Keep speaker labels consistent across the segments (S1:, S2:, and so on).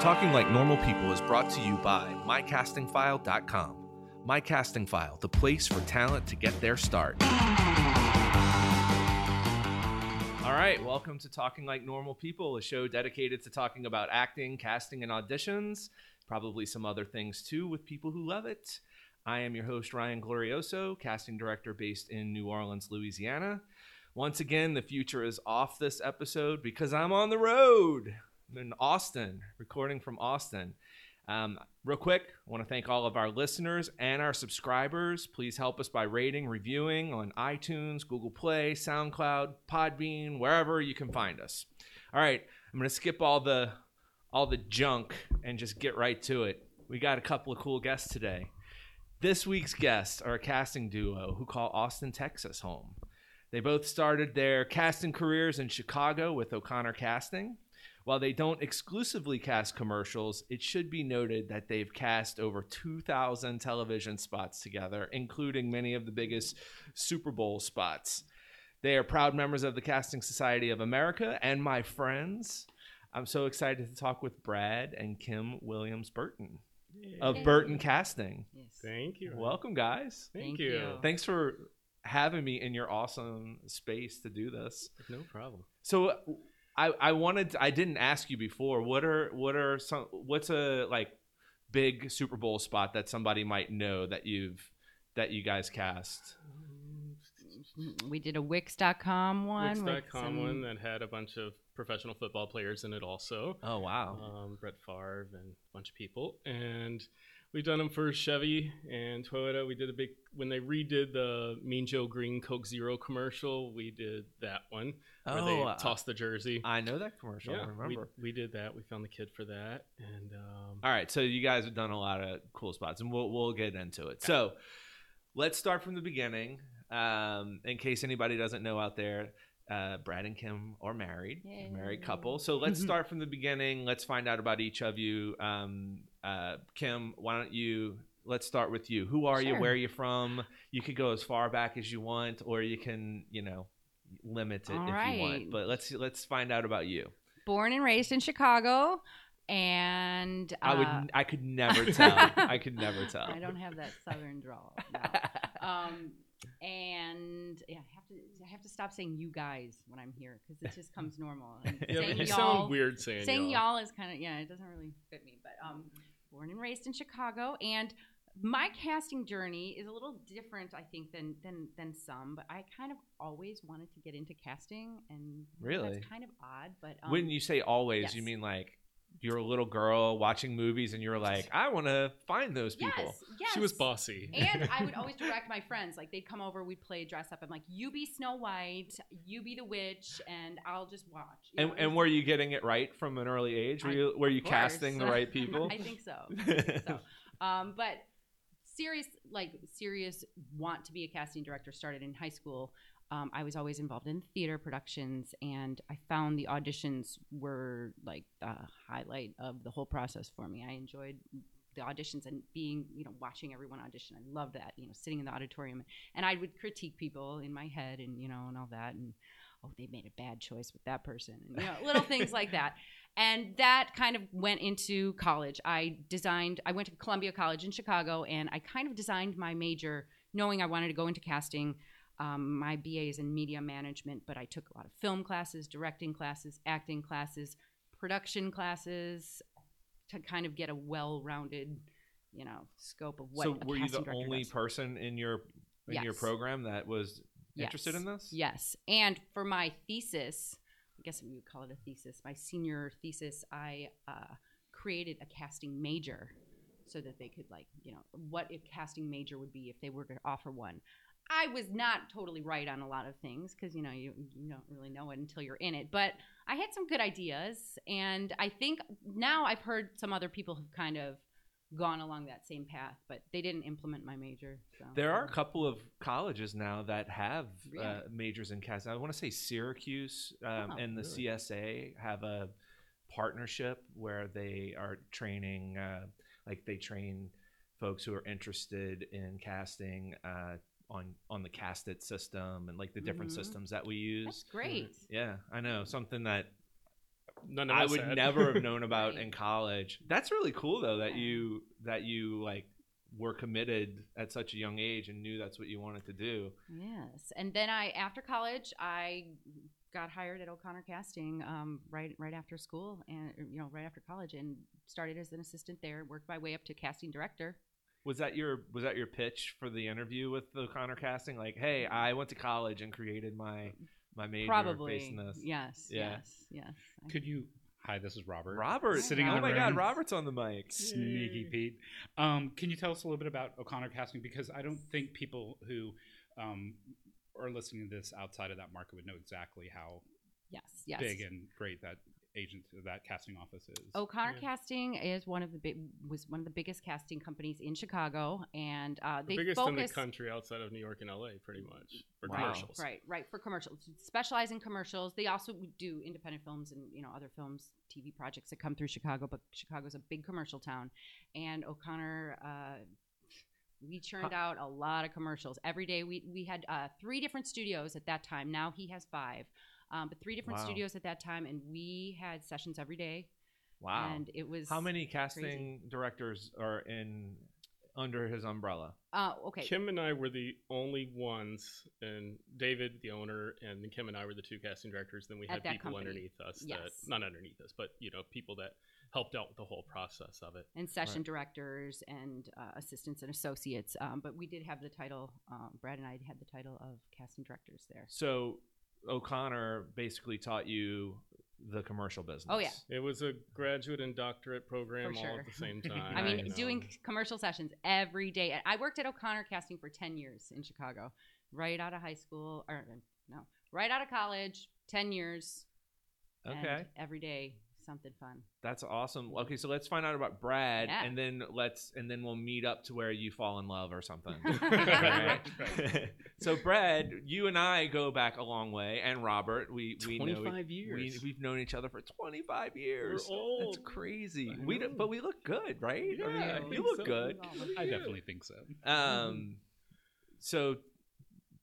S1: Talking Like Normal People is brought to you by MyCastingFile.com. MyCastingFile, the place for talent to get their start. All right, welcome to Talking Like Normal People, a show dedicated to talking about acting, casting, and auditions, probably some other things too, with people who love it. I am your host, Ryan Glorioso, casting director based in New Orleans, Louisiana. Once again, the future is off this episode because I'm on the road. I'm in Austin, recording from Austin. Um, real quick, I want to thank all of our listeners and our subscribers. Please help us by rating, reviewing on iTunes, Google Play, SoundCloud, Podbean, wherever you can find us. All right, I'm going to skip all the all the junk and just get right to it. We got a couple of cool guests today. This week's guests are a casting duo who call Austin, Texas home. They both started their casting careers in Chicago with O'Connor Casting. While they don't exclusively cast commercials, it should be noted that they've cast over 2,000 television spots together, including many of the biggest Super Bowl spots. They are proud members of the Casting Society of America and my friends. I'm so excited to talk with Brad and Kim Williams Burton of
S2: Yay.
S1: Burton Casting.
S2: Yes.
S3: Thank you.
S1: Welcome, guys.
S3: Thank
S2: Thank
S3: you.
S2: you.
S1: Thanks for having me in your awesome space to do this.
S3: No problem.
S1: So uh, I I wanted I didn't ask you before. What are what are some what's a like big Super Bowl spot that somebody might know that you've that you guys cast?
S2: We did a Wix.com one. with
S3: Wix.com
S2: some-
S3: one that had a bunch of professional football players in it also.
S1: Oh wow.
S3: Um, Brett Favre and a bunch of people. And we've done them for Chevy and Toyota. We did a big, when they redid the Mean Joe Green Coke Zero commercial, we did that one where they
S1: uh,
S3: tossed the jersey.
S1: I know that commercial. I
S3: yeah,
S1: remember.
S3: we, we did that. We found the kid for that. And um,
S1: All right, so you guys have done a lot of cool spots, and we'll we'll get into it. So let's start from the beginning. Um, in case anybody doesn't know out there, uh, Brad and Kim are married,
S2: Yay.
S1: married couple. So let's start from the beginning. Let's find out about each of you. Um, uh, Kim, why don't you? Let's start with you. Who are you?
S2: Sure.
S1: Where are you from? You could go as far back as you want, or you can, you know, limit it
S2: All
S1: if you
S2: right.
S1: want. But let's let's find out about you.
S2: Born and raised in Chicago, and
S1: I
S2: uh,
S1: would, I could never tell. I could never tell.
S2: I don't have that southern drawl. no. Um, and yeah, I have to. I have to stop saying you guys when I'm here because it just comes normal. And
S1: Yeah,
S2: saying
S3: you
S2: y'all-
S3: sound weird saying,
S2: saying
S3: y'all.
S2: y'all is kind of yeah it doesn't really fit me but um born and raised in chicago and my casting journey is a little different i think than than than some but i kind of always wanted to get into casting and
S1: Really?
S2: that's kind of odd but um,
S1: when you say always, you
S2: yes.
S1: mean like you're a little girl watching movies and you're like, I want to find those
S2: yes,
S1: people.
S2: yes
S3: She was bossy.
S2: and I would always direct my friends. Like they'd come over, we'd play dress up. I'm like, you be Snow White, you be the witch, and I'll just watch. you
S1: And,
S2: know?
S1: and were you getting it right from an early age? Were
S2: I-
S1: you were you
S2: Of course.
S1: casting the right people?
S2: I think so. so. Um, but serious, like serious, want to be a casting director started in high school. Um, I was always involved in theater productions, and I found the auditions were like the highlight of the whole process for me. I enjoyed the auditions and being, you know, watching everyone audition. I loved that, you know, sitting in the auditorium, and I would critique people in my head, and you know, and all that, and oh, they made a bad choice with that person, and you know, little things like that and that kind of went into college i designed i went to columbia college in chicago and i kind of designed my major knowing i wanted to go into casting um, my ba is in media management but i took a lot of film classes directing classes acting classes production classes to kind of get a well-rounded you know scope of what
S1: So
S2: a
S1: were you
S2: casting
S1: the
S2: director
S1: only
S2: does.
S1: person in your in your
S2: Yes.
S1: program that was interested
S2: Yes.
S1: in this?
S2: Yes. And for my thesis, I guess we would call it a thesis, my senior thesis, I uh, created a casting major so that they could, like, you know, what a casting major would be if they were to offer one. I was not totally right on a lot of things because, you know, you, you don't really know it until you're in it. But I had some good ideas. And I think now I've heard some other people have kind of gone along that same path, but they didn't implement my major. So.
S1: There are a couple of colleges now that have uh,
S2: Really?
S1: majors in casting. I want to say Syracuse um,
S2: Oh,
S1: and the
S3: really?
S1: CSA have a partnership where they are training, uh, like they train folks who are interested in casting uh, on on the cast it system and like the different
S2: Mhm.
S1: systems that we use.
S2: That's great.
S1: Yeah, I know something that
S3: None of
S1: I
S3: us
S1: would
S3: had.
S1: never have known about
S2: Right.
S1: in college. That's really cool though that
S2: Yeah.
S1: you that you like were committed at such a young age and knew that's what you wanted to do.
S2: Yes, and then I after college I got hired at O'Connor Casting um, right right after school and you know right after college and started as an assistant there. Worked my way up to casting director.
S1: Was that your was that your pitch for the interview with the Connor casting? Like, hey, I went to college and created my my major based
S2: Probably
S1: on this.
S2: yes,
S1: Yeah.
S2: yes, yes. I-
S4: Could you? Hi, this is Robert.
S1: Robert
S2: Sitting
S1: Oh
S2: on
S1: my
S2: the
S1: god,
S2: ground.
S1: Robert's on the mic.
S4: Sneaky
S3: Yay.
S4: Pete. Um, can you tell us a little bit about O'Connor Casting? Because I don't think people who um, are listening to this outside of that market would know exactly how
S2: yes, yes.
S4: big and great that agent, that casting office is.
S2: O'Connor
S3: Yeah.
S2: Casting is one of the big was one of the biggest casting companies in Chicago, and uh,
S3: the
S2: they
S3: biggest in
S2: focus
S3: the country outside of New York and LA, pretty much for
S1: Wow.
S3: commercials.
S2: Right, right. For commercials, specialize in commercials. They also do independent films and you know other films, TV projects that come through Chicago. But Chicago's a big commercial town, and O'Connor. Uh, we churned out a lot of commercials every day. We we had uh, three different studios at that time. Now he has five, um, but three different
S1: Wow.
S2: studios at that time, and we had sessions every day.
S1: Wow.
S2: And it was
S1: How many casting directors are in under his umbrella?
S2: Uh, okay,
S3: Kim and I were the only ones, and David, the owner, and Kim and I were the two casting directors. Then we
S2: At
S3: had
S2: that
S3: people
S2: company.
S3: underneath us
S2: Yes.
S3: that, not underneath us, but you know, people that helped out with the whole process of it.
S2: and session
S1: Right.
S2: directors and uh, assistants and associates. Um, but we did have the title. Um, Brad and I had the title of casting directors there.
S1: So O'Connor basically taught you the commercial business.
S2: Oh, yeah.
S3: It was a graduate and doctorate program
S2: For
S3: all
S2: sure.
S3: at the same time.
S2: I mean,
S3: you know.
S2: doing c- commercial sessions every day. I worked at O'Connor Casting for ten years in Chicago, right out of high school, or uh, no, right out of college. Ten years. and
S1: Okay.
S2: every day, something fun.
S1: That's awesome. Okay, so let's find out about Brad,
S2: Yeah.
S1: and then let's and then we'll meet up to where you fall in love or something.
S4: Right,
S1: Alright? so Brad, you and I go back a long way, and Robert, we we know
S3: twenty-five
S1: we,
S3: years.
S1: we've known each other for twenty five years.
S3: We're old.
S1: That's crazy.
S3: I
S1: We d-
S3: know.
S1: but we look good, right? I mean,
S3: Yeah, I
S1: you
S3: think
S1: look
S3: so. Mm-hmm.
S1: good.
S4: I definitely think so.
S1: Um, so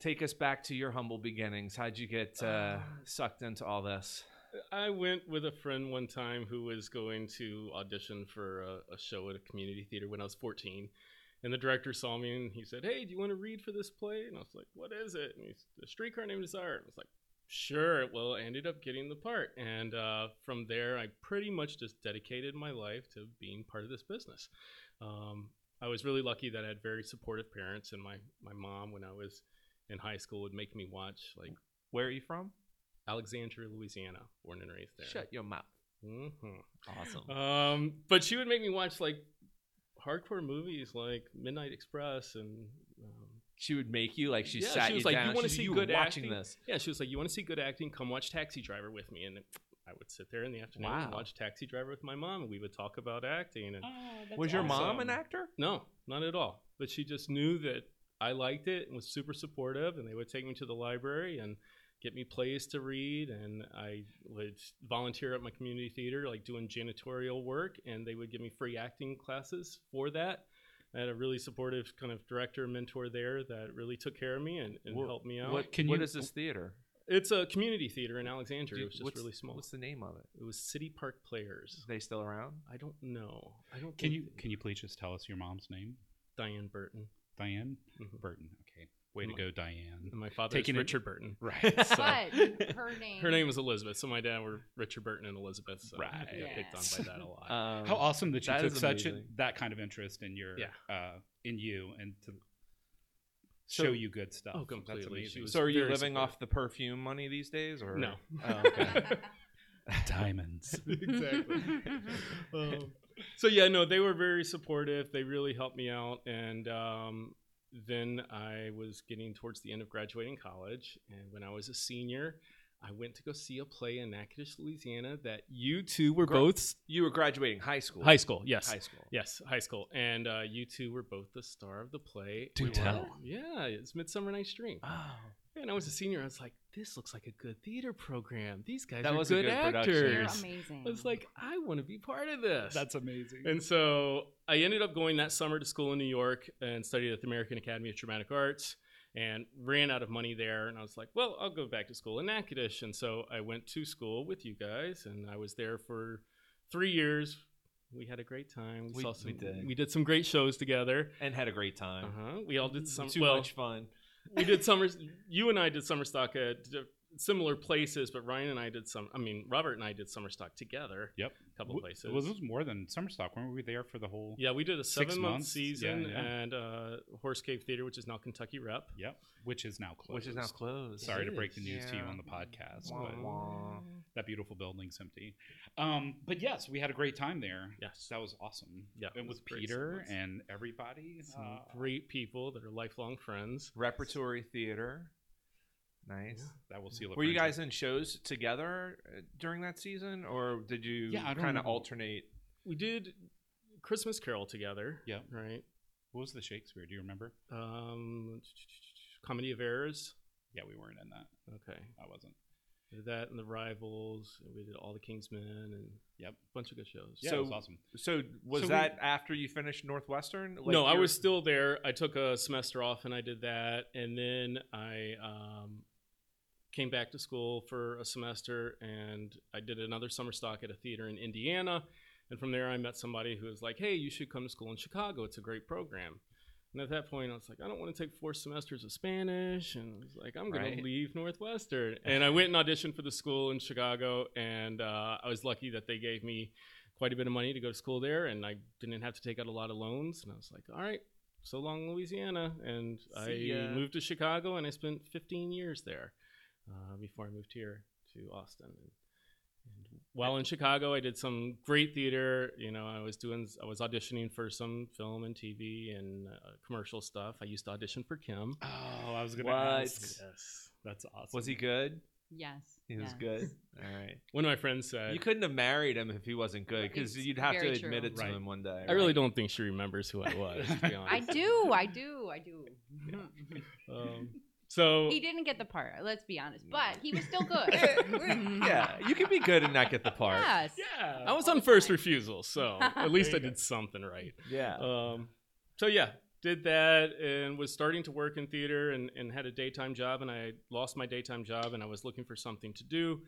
S1: take us back to your humble beginnings. How'd you get uh,
S3: Uh,
S1: sucked into all this?
S3: I went with a friend one time who was going to audition for a, a show at a community theater when I was 14. And the director saw me and he said, Hey, do you want to read for this play? And I was like, What is it? And he's The Streetcar Named Desire. And I was like, Sure. Well, I ended up getting the part. And uh, from there, I pretty much just dedicated my life to being part of this business. Um, I was really lucky that I had very supportive parents. And my, my mom, when I was in high school, would make me watch like
S1: Where are you from?
S3: Alexandria, Louisiana, born and raised there.
S1: Shut your mouth.
S3: Mhm.
S1: Awesome.
S3: Um, but she would make me watch like hardcore movies like Midnight Express and um,
S1: she would make you like she
S3: Yeah,
S1: sat
S3: she was
S1: you
S3: like,
S1: down.
S3: "You wanna
S1: She's-
S3: see
S1: were
S3: good
S1: watching
S3: acting?"
S1: this.
S3: yeah, she was like, "You want to see good acting? Come watch Taxi Driver with me." And I would sit there in the afternoon and
S1: Wow.
S3: watch Taxi Driver with my mom, and we would talk about acting. And
S1: was your mom
S3: awesome.
S1: an actor?
S3: no, not at all. But she just knew that I liked it and was super supportive, and they would take me to the library and get me plays to read, and I would volunteer at my community theater, like doing janitorial work, and they would give me free acting classes for that. I had a really supportive kind of director mentor there that really took care of me and, and
S1: What-
S3: helped me out.
S1: What
S4: Can
S1: what
S4: you-
S1: is this theater?
S3: It's a community theater in Alexandria.
S1: Do-
S3: It was just
S1: what's-
S3: really small.
S1: What's the name of it?
S3: It was City Park Players.
S1: Is they still around?
S3: I don't know. I don't.
S4: Can
S3: think
S4: you can you please just tell us your mom's name?
S3: Diane Burton?
S4: Diane
S3: Mhm.
S4: Burton. Okay. Way to
S3: My-
S4: go, Diane.
S3: And my father
S4: Taking
S3: is
S4: it-
S3: Richard Burton.
S4: Right.
S3: So-
S2: But her name.
S3: Her name was Elizabeth, so my dad were Richard Burton and Elizabeth. So I
S4: Right.
S3: get picked on
S4: Yes.
S3: by that a lot.
S1: Um,
S4: How awesome that you
S1: that
S4: took
S1: is
S4: such a,
S1: amazing.
S4: that kind of interest in your
S3: Yeah.
S4: uh, in you and to
S1: So-
S4: show you good stuff.
S3: Oh,
S4: That's
S3: completely. She
S4: amazing.
S3: was-
S1: So are you
S3: very
S1: living
S3: supportive.
S1: off the perfume money these days, or
S3: no,
S1: Oh, okay.
S4: diamonds.
S3: Um, so yeah, no, they were very supportive. They really helped me out, and um, then I was getting towards the end of graduating college, and when I was a senior. I went to go see a play in Natchitoches, Louisiana that you two were
S1: Gra-
S3: both s-
S1: you were graduating high school.
S3: high school. Yes,
S1: High school.
S3: Yes, high school, and uh, you two were both the star of the play.
S4: Do
S3: We were-
S4: tell.
S3: Yeah, it's Midsummer Night's Dream.
S1: Oh.
S3: And I was a senior. I was like, this looks like a good theater program. These guys
S1: That
S3: are
S1: was a
S3: good,
S1: good production.
S2: You're
S3: actors.
S2: amazing.
S3: I was like, I want to be part of this.
S4: That's amazing.
S3: and so I ended up going that summer to school in New York and studied at the American Academy of Dramatic Arts. and ran out of money there. And I was like, well, I'll go back to school in Natchitoches. And so I went to school with you guys, and I was there for three years. We had a great time.
S1: We-
S3: saw
S1: we
S3: some,
S1: did.
S3: we did some great shows together.
S1: and had a great time.
S3: Uh-huh. We all did some
S1: Too
S3: well,
S1: much fun.
S3: we did summer. You and I did summer stock at d- similar places, but Ryan and I did some. I mean, Robert and I did summer stock together.
S4: Yep.
S3: a couple
S4: W-
S3: places.
S4: Well, this was more than summer stock. Weren't we there for the whole?
S3: yeah, we did a
S4: Six
S3: seven month
S4: months?
S3: season
S4: Yeah, yeah.
S3: and uh, Horse Cave Theater, which is now Kentucky Rep.
S4: Yep. Which is now closed.
S1: Which is now closed.
S4: Sorry
S3: It
S4: to break the
S1: is.
S4: news to you
S1: Yeah.
S4: on the podcast,
S1: Wah,
S4: but
S1: wah.
S4: that beautiful building's empty. Um, but yes, we had a great time there.
S3: Yes.
S4: That was awesome.
S3: Yeah, it
S4: And
S3: was
S4: with
S3: great
S4: Peter
S3: experience.
S4: and everybody.
S3: Some
S4: uh,
S3: great people that are lifelong friends.
S1: Repertory theater. Nice.
S4: That will seal it.
S1: Were you
S4: friendship.
S1: guys in shows together uh, during that season, or did you
S4: Yeah, I don't
S1: kind of
S4: remember.
S1: alternate?
S3: We did Christmas Carol together.
S4: Yep.
S3: Right.
S4: What was the Shakespeare? Do you remember?
S3: Um, Comedy of Errors.
S4: Yeah, we weren't in that.
S3: Okay.
S4: I wasn't.
S3: We did that and the Rivals. And we did all the Kingsmen and
S4: Yep.
S3: a bunch of good shows.
S4: Yeah, it was
S1: So-
S4: awesome.
S1: So was
S4: So we-
S1: that after you finished Northwestern? Like,
S3: no, I
S1: you're-
S3: was still there. I took a semester off and I did that, and then I um, came back to school for a semester, and I did another summer stock at a theater in Indiana, and from there I met somebody who was like, "Hey, you should come to school in Chicago. It's a great program." And at that point, I was like, "I don't want to take four semesters of Spanish," and I was like, "I'm going
S1: Right.
S3: to leave Northwestern." And I went and auditioned for the school in Chicago, and uh, I was lucky that they gave me quite a bit of money to go to school there, and I didn't have to take out a lot of loans. And I was like, all right, so long, Louisiana. And
S1: See ya.
S3: I moved to Chicago, and I spent 15 years there uh, before I moved here to Austin. And, and while in Chicago, I did some great theater. You know, I was doing, I was auditioning for some film and TV and uh, commercial stuff. I used to audition for Kim.
S4: Oh, I was gonna
S1: What?
S4: ask.
S3: Yes, that's awesome.
S1: Was he good?
S2: Yes.
S1: He was
S2: yes.
S1: good. All right.
S3: One of my friends said,
S1: You couldn't have married him if he wasn't good, because
S2: It's
S1: you'd have to
S2: very
S1: admit
S2: true.
S1: it to
S4: Right.
S1: him one day.
S3: I really
S1: right?
S3: don't think she remembers who I was. To be
S2: I
S3: honest.
S2: do. I do. I do.
S3: Um, so
S2: he didn't get the part. Let's be honest, but he was still good.
S1: yeah, you can be good and not get the part.
S2: Yes.
S4: Yeah.
S3: I was on first refusal, so at least I did something right.
S1: Yeah.
S3: Um, so yeah, did that and was starting to work in theater and, and had a daytime job and I lost my daytime job and I was looking for something to do.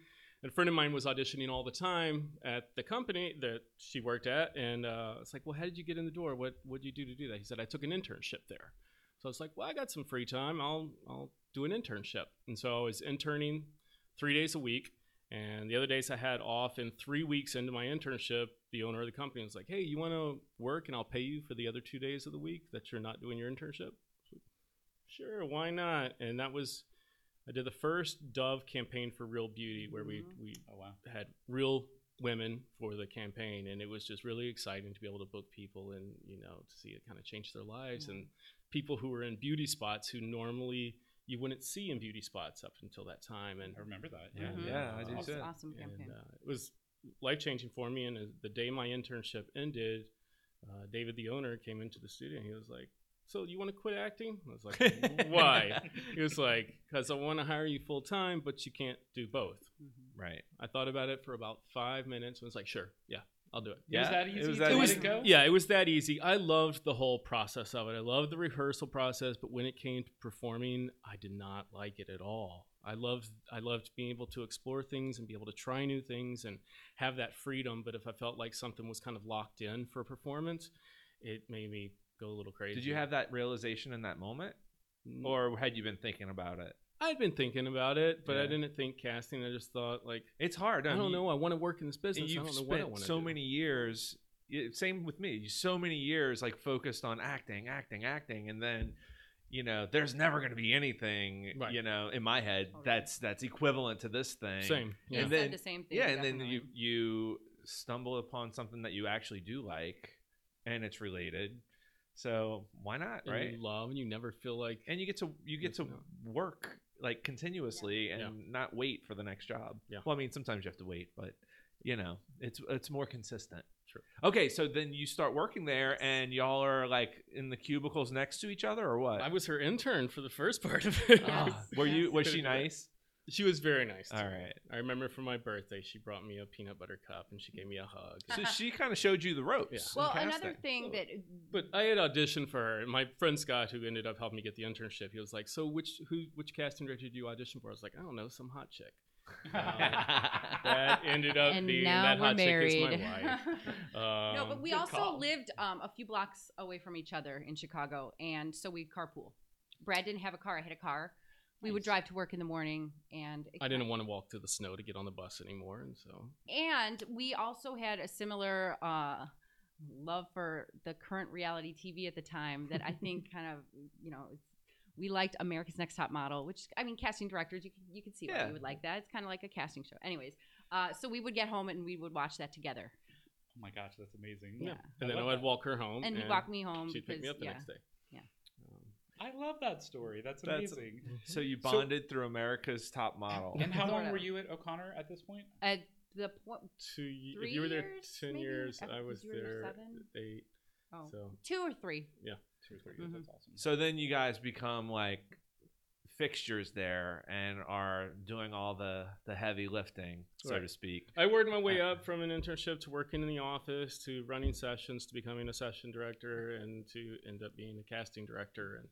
S3: And a friend of mine was auditioning all the time at the company that she worked at, and uh, it's like, well, how did you get in the door? What what did you do to do that? He said, I took an internship there. So I was like, well, I got some free time. I'll I'll do an internship. And so I was interning three days a week. And the other days I had off, and three weeks into my internship, the owner of the company was like, "Hey, you want to work, and I'll pay you for the other two days of the week that you're not doing your internship." I was like, Sure, why not? And that was, I did the first Dove campaign for Real Beauty, where we
S2: Mhm.
S3: we
S4: Oh wow.
S3: had real women for the campaign, and it was just really exciting to be able to book people and you know to see it kind of change their lives
S2: Yeah.
S3: and people who were in beauty spots who normally you wouldn't see in beauty spots up until that time, and
S4: I remember that.
S3: Yeah.
S1: Yeah, I do
S2: That's
S1: too.
S2: an awesome campaign.
S3: and, uh, it was life changing for me. And uh, the day my internship ended, uh, David, the owner, came into the studio and he was like, "So you want to quit acting?" I was like, "Why?" he was like, "Cause I want to hire you full time, but you can't do both."
S2: Mhm.
S1: Right.
S3: I thought about it for about five minutes and was like, "Sure, yeah, I'll do it."
S1: Yeah.
S4: was that
S1: it
S4: easy
S1: was
S4: to
S1: that
S4: let
S3: was-
S1: easy.
S4: it go?
S3: Yeah, it was that easy. I loved the whole process of it. I loved the rehearsal process, but when it came to performing, I did not like it at all. I loved I loved being able to explore things and be able to try new things and have that freedom, but if I felt like something was kind of locked in for a performance, it made me go a little crazy. Mm,
S1: Did you have that realization in that moment, or had you been thinking about it?
S3: I'd been thinking about it, but I
S1: Yeah.
S3: didn't think casting. I just thought like
S1: It's hard.
S3: I don't
S1: mean,
S3: know. I want to work in this business. I
S1: You've
S3: don't know
S1: spent
S3: what I want to
S1: so
S3: do.
S1: many years. y- Same with me. you- So many years like focused on acting, acting, acting, and then you know there's never going to be anything
S3: Right.
S1: you know in my head
S2: Totally.
S1: that's that's equivalent to this thing.
S3: Same. Yeah.
S1: And
S2: Said
S1: then-
S2: the same thing.
S1: Yeah, and then you
S2: definitely.
S1: you stumble upon something that you actually do like, and it's related. So why not,
S3: And
S1: right?
S3: You love and you never feel like
S1: and you get to you get to
S3: Missing out.
S1: work like continuously and not wait for the next job.
S3: Yeah.
S1: Well, I mean, sometimes you have to wait, but you know, it's it's more consistent.
S3: Sure.
S1: Okay, so then you start working there, and y'all are like in the cubicles next to each other, or what?
S3: I was her intern for the first part of it.
S1: Ah,
S2: Yes,
S1: were you?
S2: yes.
S1: Was she nice?
S3: She was very nice. to
S1: All
S3: me.
S1: right.
S3: I remember for my birthday, she brought me a peanut butter cup and she gave me a hug.
S1: So she kind of showed you the ropes.
S3: Yeah.
S1: in
S2: Well,
S1: casting.
S2: another thing that uh,
S3: but I had auditioned for her, and my friend Scott, who ended up helping me get the internship, he was like, "So which who which casting director do you audition for?" I was like, "I don't know, some hot chick."
S4: Oh
S3: That ended up
S2: and
S3: being
S2: now
S3: that
S2: we're
S3: hot
S2: married.
S3: chick is my wife. Um,
S2: no, but we
S3: good
S2: also
S3: call.
S2: lived um, a few blocks away from each other in Chicago, and so we'd carpool. Brad didn't have a car; I had a car. We would
S3: Nice.
S2: drive to work in the morning, and
S3: I didn't want to walk through the snow to get on the bus anymore, and so
S2: And we also had a similar uh, love for the current reality TV at the time that I think kind of, you know, it's, we liked America's Next Top Model, which I mean, casting directors, you can, you can see why
S1: Yeah.
S2: you would like that. It's kind of like a casting show. Anyways, uh, so we would get home and we would watch that together,
S4: Oh my gosh, that's amazing.
S3: yeah.
S4: I
S3: And then
S4: love
S3: I'd
S4: that.
S3: walk her home,
S2: and he'd walk me home
S3: She'd pick me
S2: because-
S3: up the
S2: yeah.
S3: next day.
S2: Yeah.
S4: I love that story. That's
S1: That's-
S4: amazing.
S3: Um,
S1: so you
S4: So-
S1: bonded through America's Top Model.
S4: And how long
S2: Sorta.
S4: were you at O'Connor at this point?
S2: At the point,
S3: Two. ye-
S2: three
S3: if you were there
S2: years,
S3: ten
S2: maybe?
S3: years,
S2: I-
S3: I
S2: because
S3: was
S2: you were there
S3: there
S2: seven?
S3: eight.
S2: oh,
S3: So
S2: two or three.
S4: Two or three
S2: Mhm.
S4: That's awesome.
S1: So then you guys become like fixtures there and are doing all the the heavy lifting, so
S3: Right.
S1: to speak.
S3: I worked my way
S1: Uh,
S3: up from an internship to working in the office to running sessions to becoming a session director and to end up being a casting director and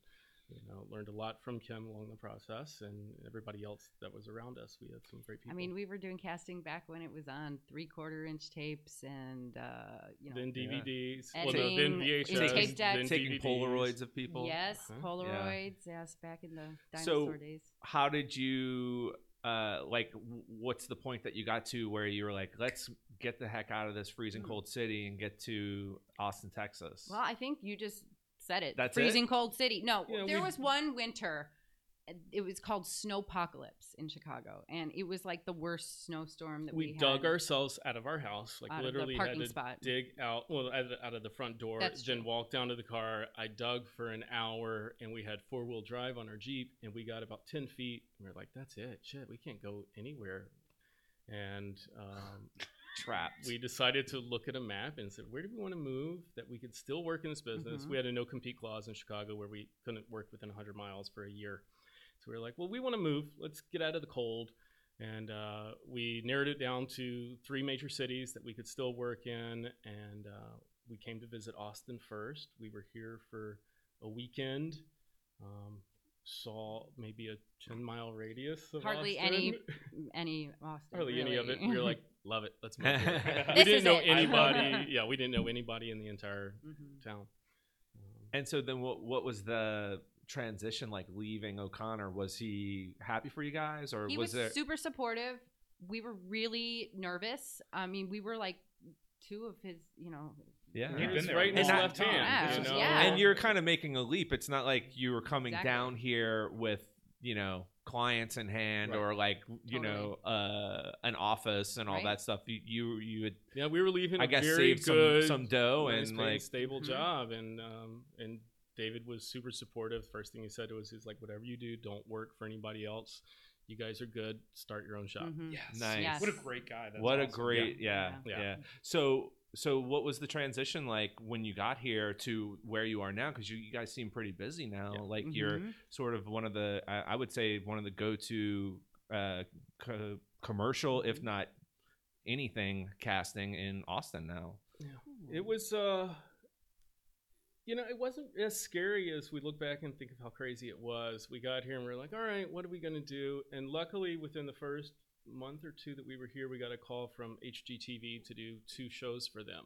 S3: you know learned a lot from Kim along the process and everybody else that was around us. We had some great people.
S2: I mean, we were doing casting back when it was on three quarter inch tapes and, uh, you know,
S3: then DVDs, well, no, then
S2: Editing,
S3: VHS,
S2: tape deck.
S3: then
S1: Taking
S3: DVDs.
S1: Polaroids of people.
S2: yes,
S3: Uh-huh. Yeah.
S2: Polaroids, yes, back in the
S1: So-
S2: dinosaur days.
S1: How did you uh like w- what's the point that you got to where you were like, let's get the heck out of this freezing cold city and get to Austin, Texas?
S2: Hmm. Well, I think you just said it.
S1: That's it?
S2: freezing cold city. No,
S3: Yeah,
S2: there
S3: we've-
S2: was one winter. It was called Snowpocalypse in Chicago, and it was like the worst snowstorm that
S3: We,
S2: we,
S3: dug
S2: had
S3: ourselves out of our house, like
S2: out
S3: literally
S2: of the
S3: had
S2: parking
S3: to
S2: spot.
S3: dig out well out of the, out of the front door
S2: That's
S3: then
S2: true.
S3: walk down to the car i dug for an hour and we had four wheel drive on our jeep and we got about 10 feet and we are like that's it shit we can't go anywhere and um,
S1: trapped.
S3: we decided to look at a map and said where do we want to move that we could still work in this business
S2: Mhm.
S3: we had a no compete clause in chicago where we couldn't work within 100 miles for a year so we were like well we want to move let's get out of the cold and uh, we narrowed it down to three major cities that we could still work in and uh, we came to visit austin first we were here for a weekend um, saw maybe a 10 mile radius of
S2: Hardly
S3: Austin.
S2: any- any Austin.
S3: hardly any of it we were like love it let's move here. we
S1: and
S2: This
S3: didn't
S2: is
S3: know
S2: it.
S3: anybody yeah we didn't know anybody in the entire
S2: Mhm.
S3: town um,
S1: so then what what was the transition like leaving O'Connor? Was he happy for you guys or
S2: he
S1: was,
S2: was
S1: there
S2: super supportive. We were really nervous. I mean, we were like two of his, you know,
S1: Yeah.
S4: You've
S3: It
S4: been
S3: was
S4: there
S3: right
S1: a
S3: in his
S1: long
S3: left
S4: time.
S3: hand.
S2: Yeah.
S3: You know?
S2: Yeah.
S1: and you're kind of making a leap. It's not like you were coming
S2: Exactly.
S1: down here with you know clients in hand
S3: Right.
S1: or like you
S2: Totally.
S1: know uh, an office and all
S2: Right.
S1: that stuff. You you, you had
S3: Yeah, we were leaving.
S1: I
S3: a
S1: guess
S3: very
S1: saved some
S3: good,
S1: some dough
S3: nice
S1: and
S3: paying,
S1: like hmm.
S3: stable
S2: Mhm.
S3: job, and um, and David was super supportive. First thing he said was, "He's like, whatever you do, don't work for anybody else. You guys are good. Start your own shop."
S1: Mm-hmm.
S2: mhm.
S4: Yes.
S1: Nice. Yes.
S4: What a great guy. That's
S1: what a
S4: awesome.
S1: great yeah yeah.
S3: Yeah.
S1: So so what was the transition like when you got here to where you are now? Because you, you guys seem pretty busy now.
S3: Yeah.
S1: Like you're
S2: Mhm.
S1: sort of one of the I, I would say one of the go to uh, co- commercial if not anything casting in Austin now.
S3: It was, uh, you know, it wasn't as scary as we look back and think of how crazy it was. We got here and we are like, all right, what are we going to do? And luckily, within the first month or two that we were here, we got a call from HGTV to do two shows for them.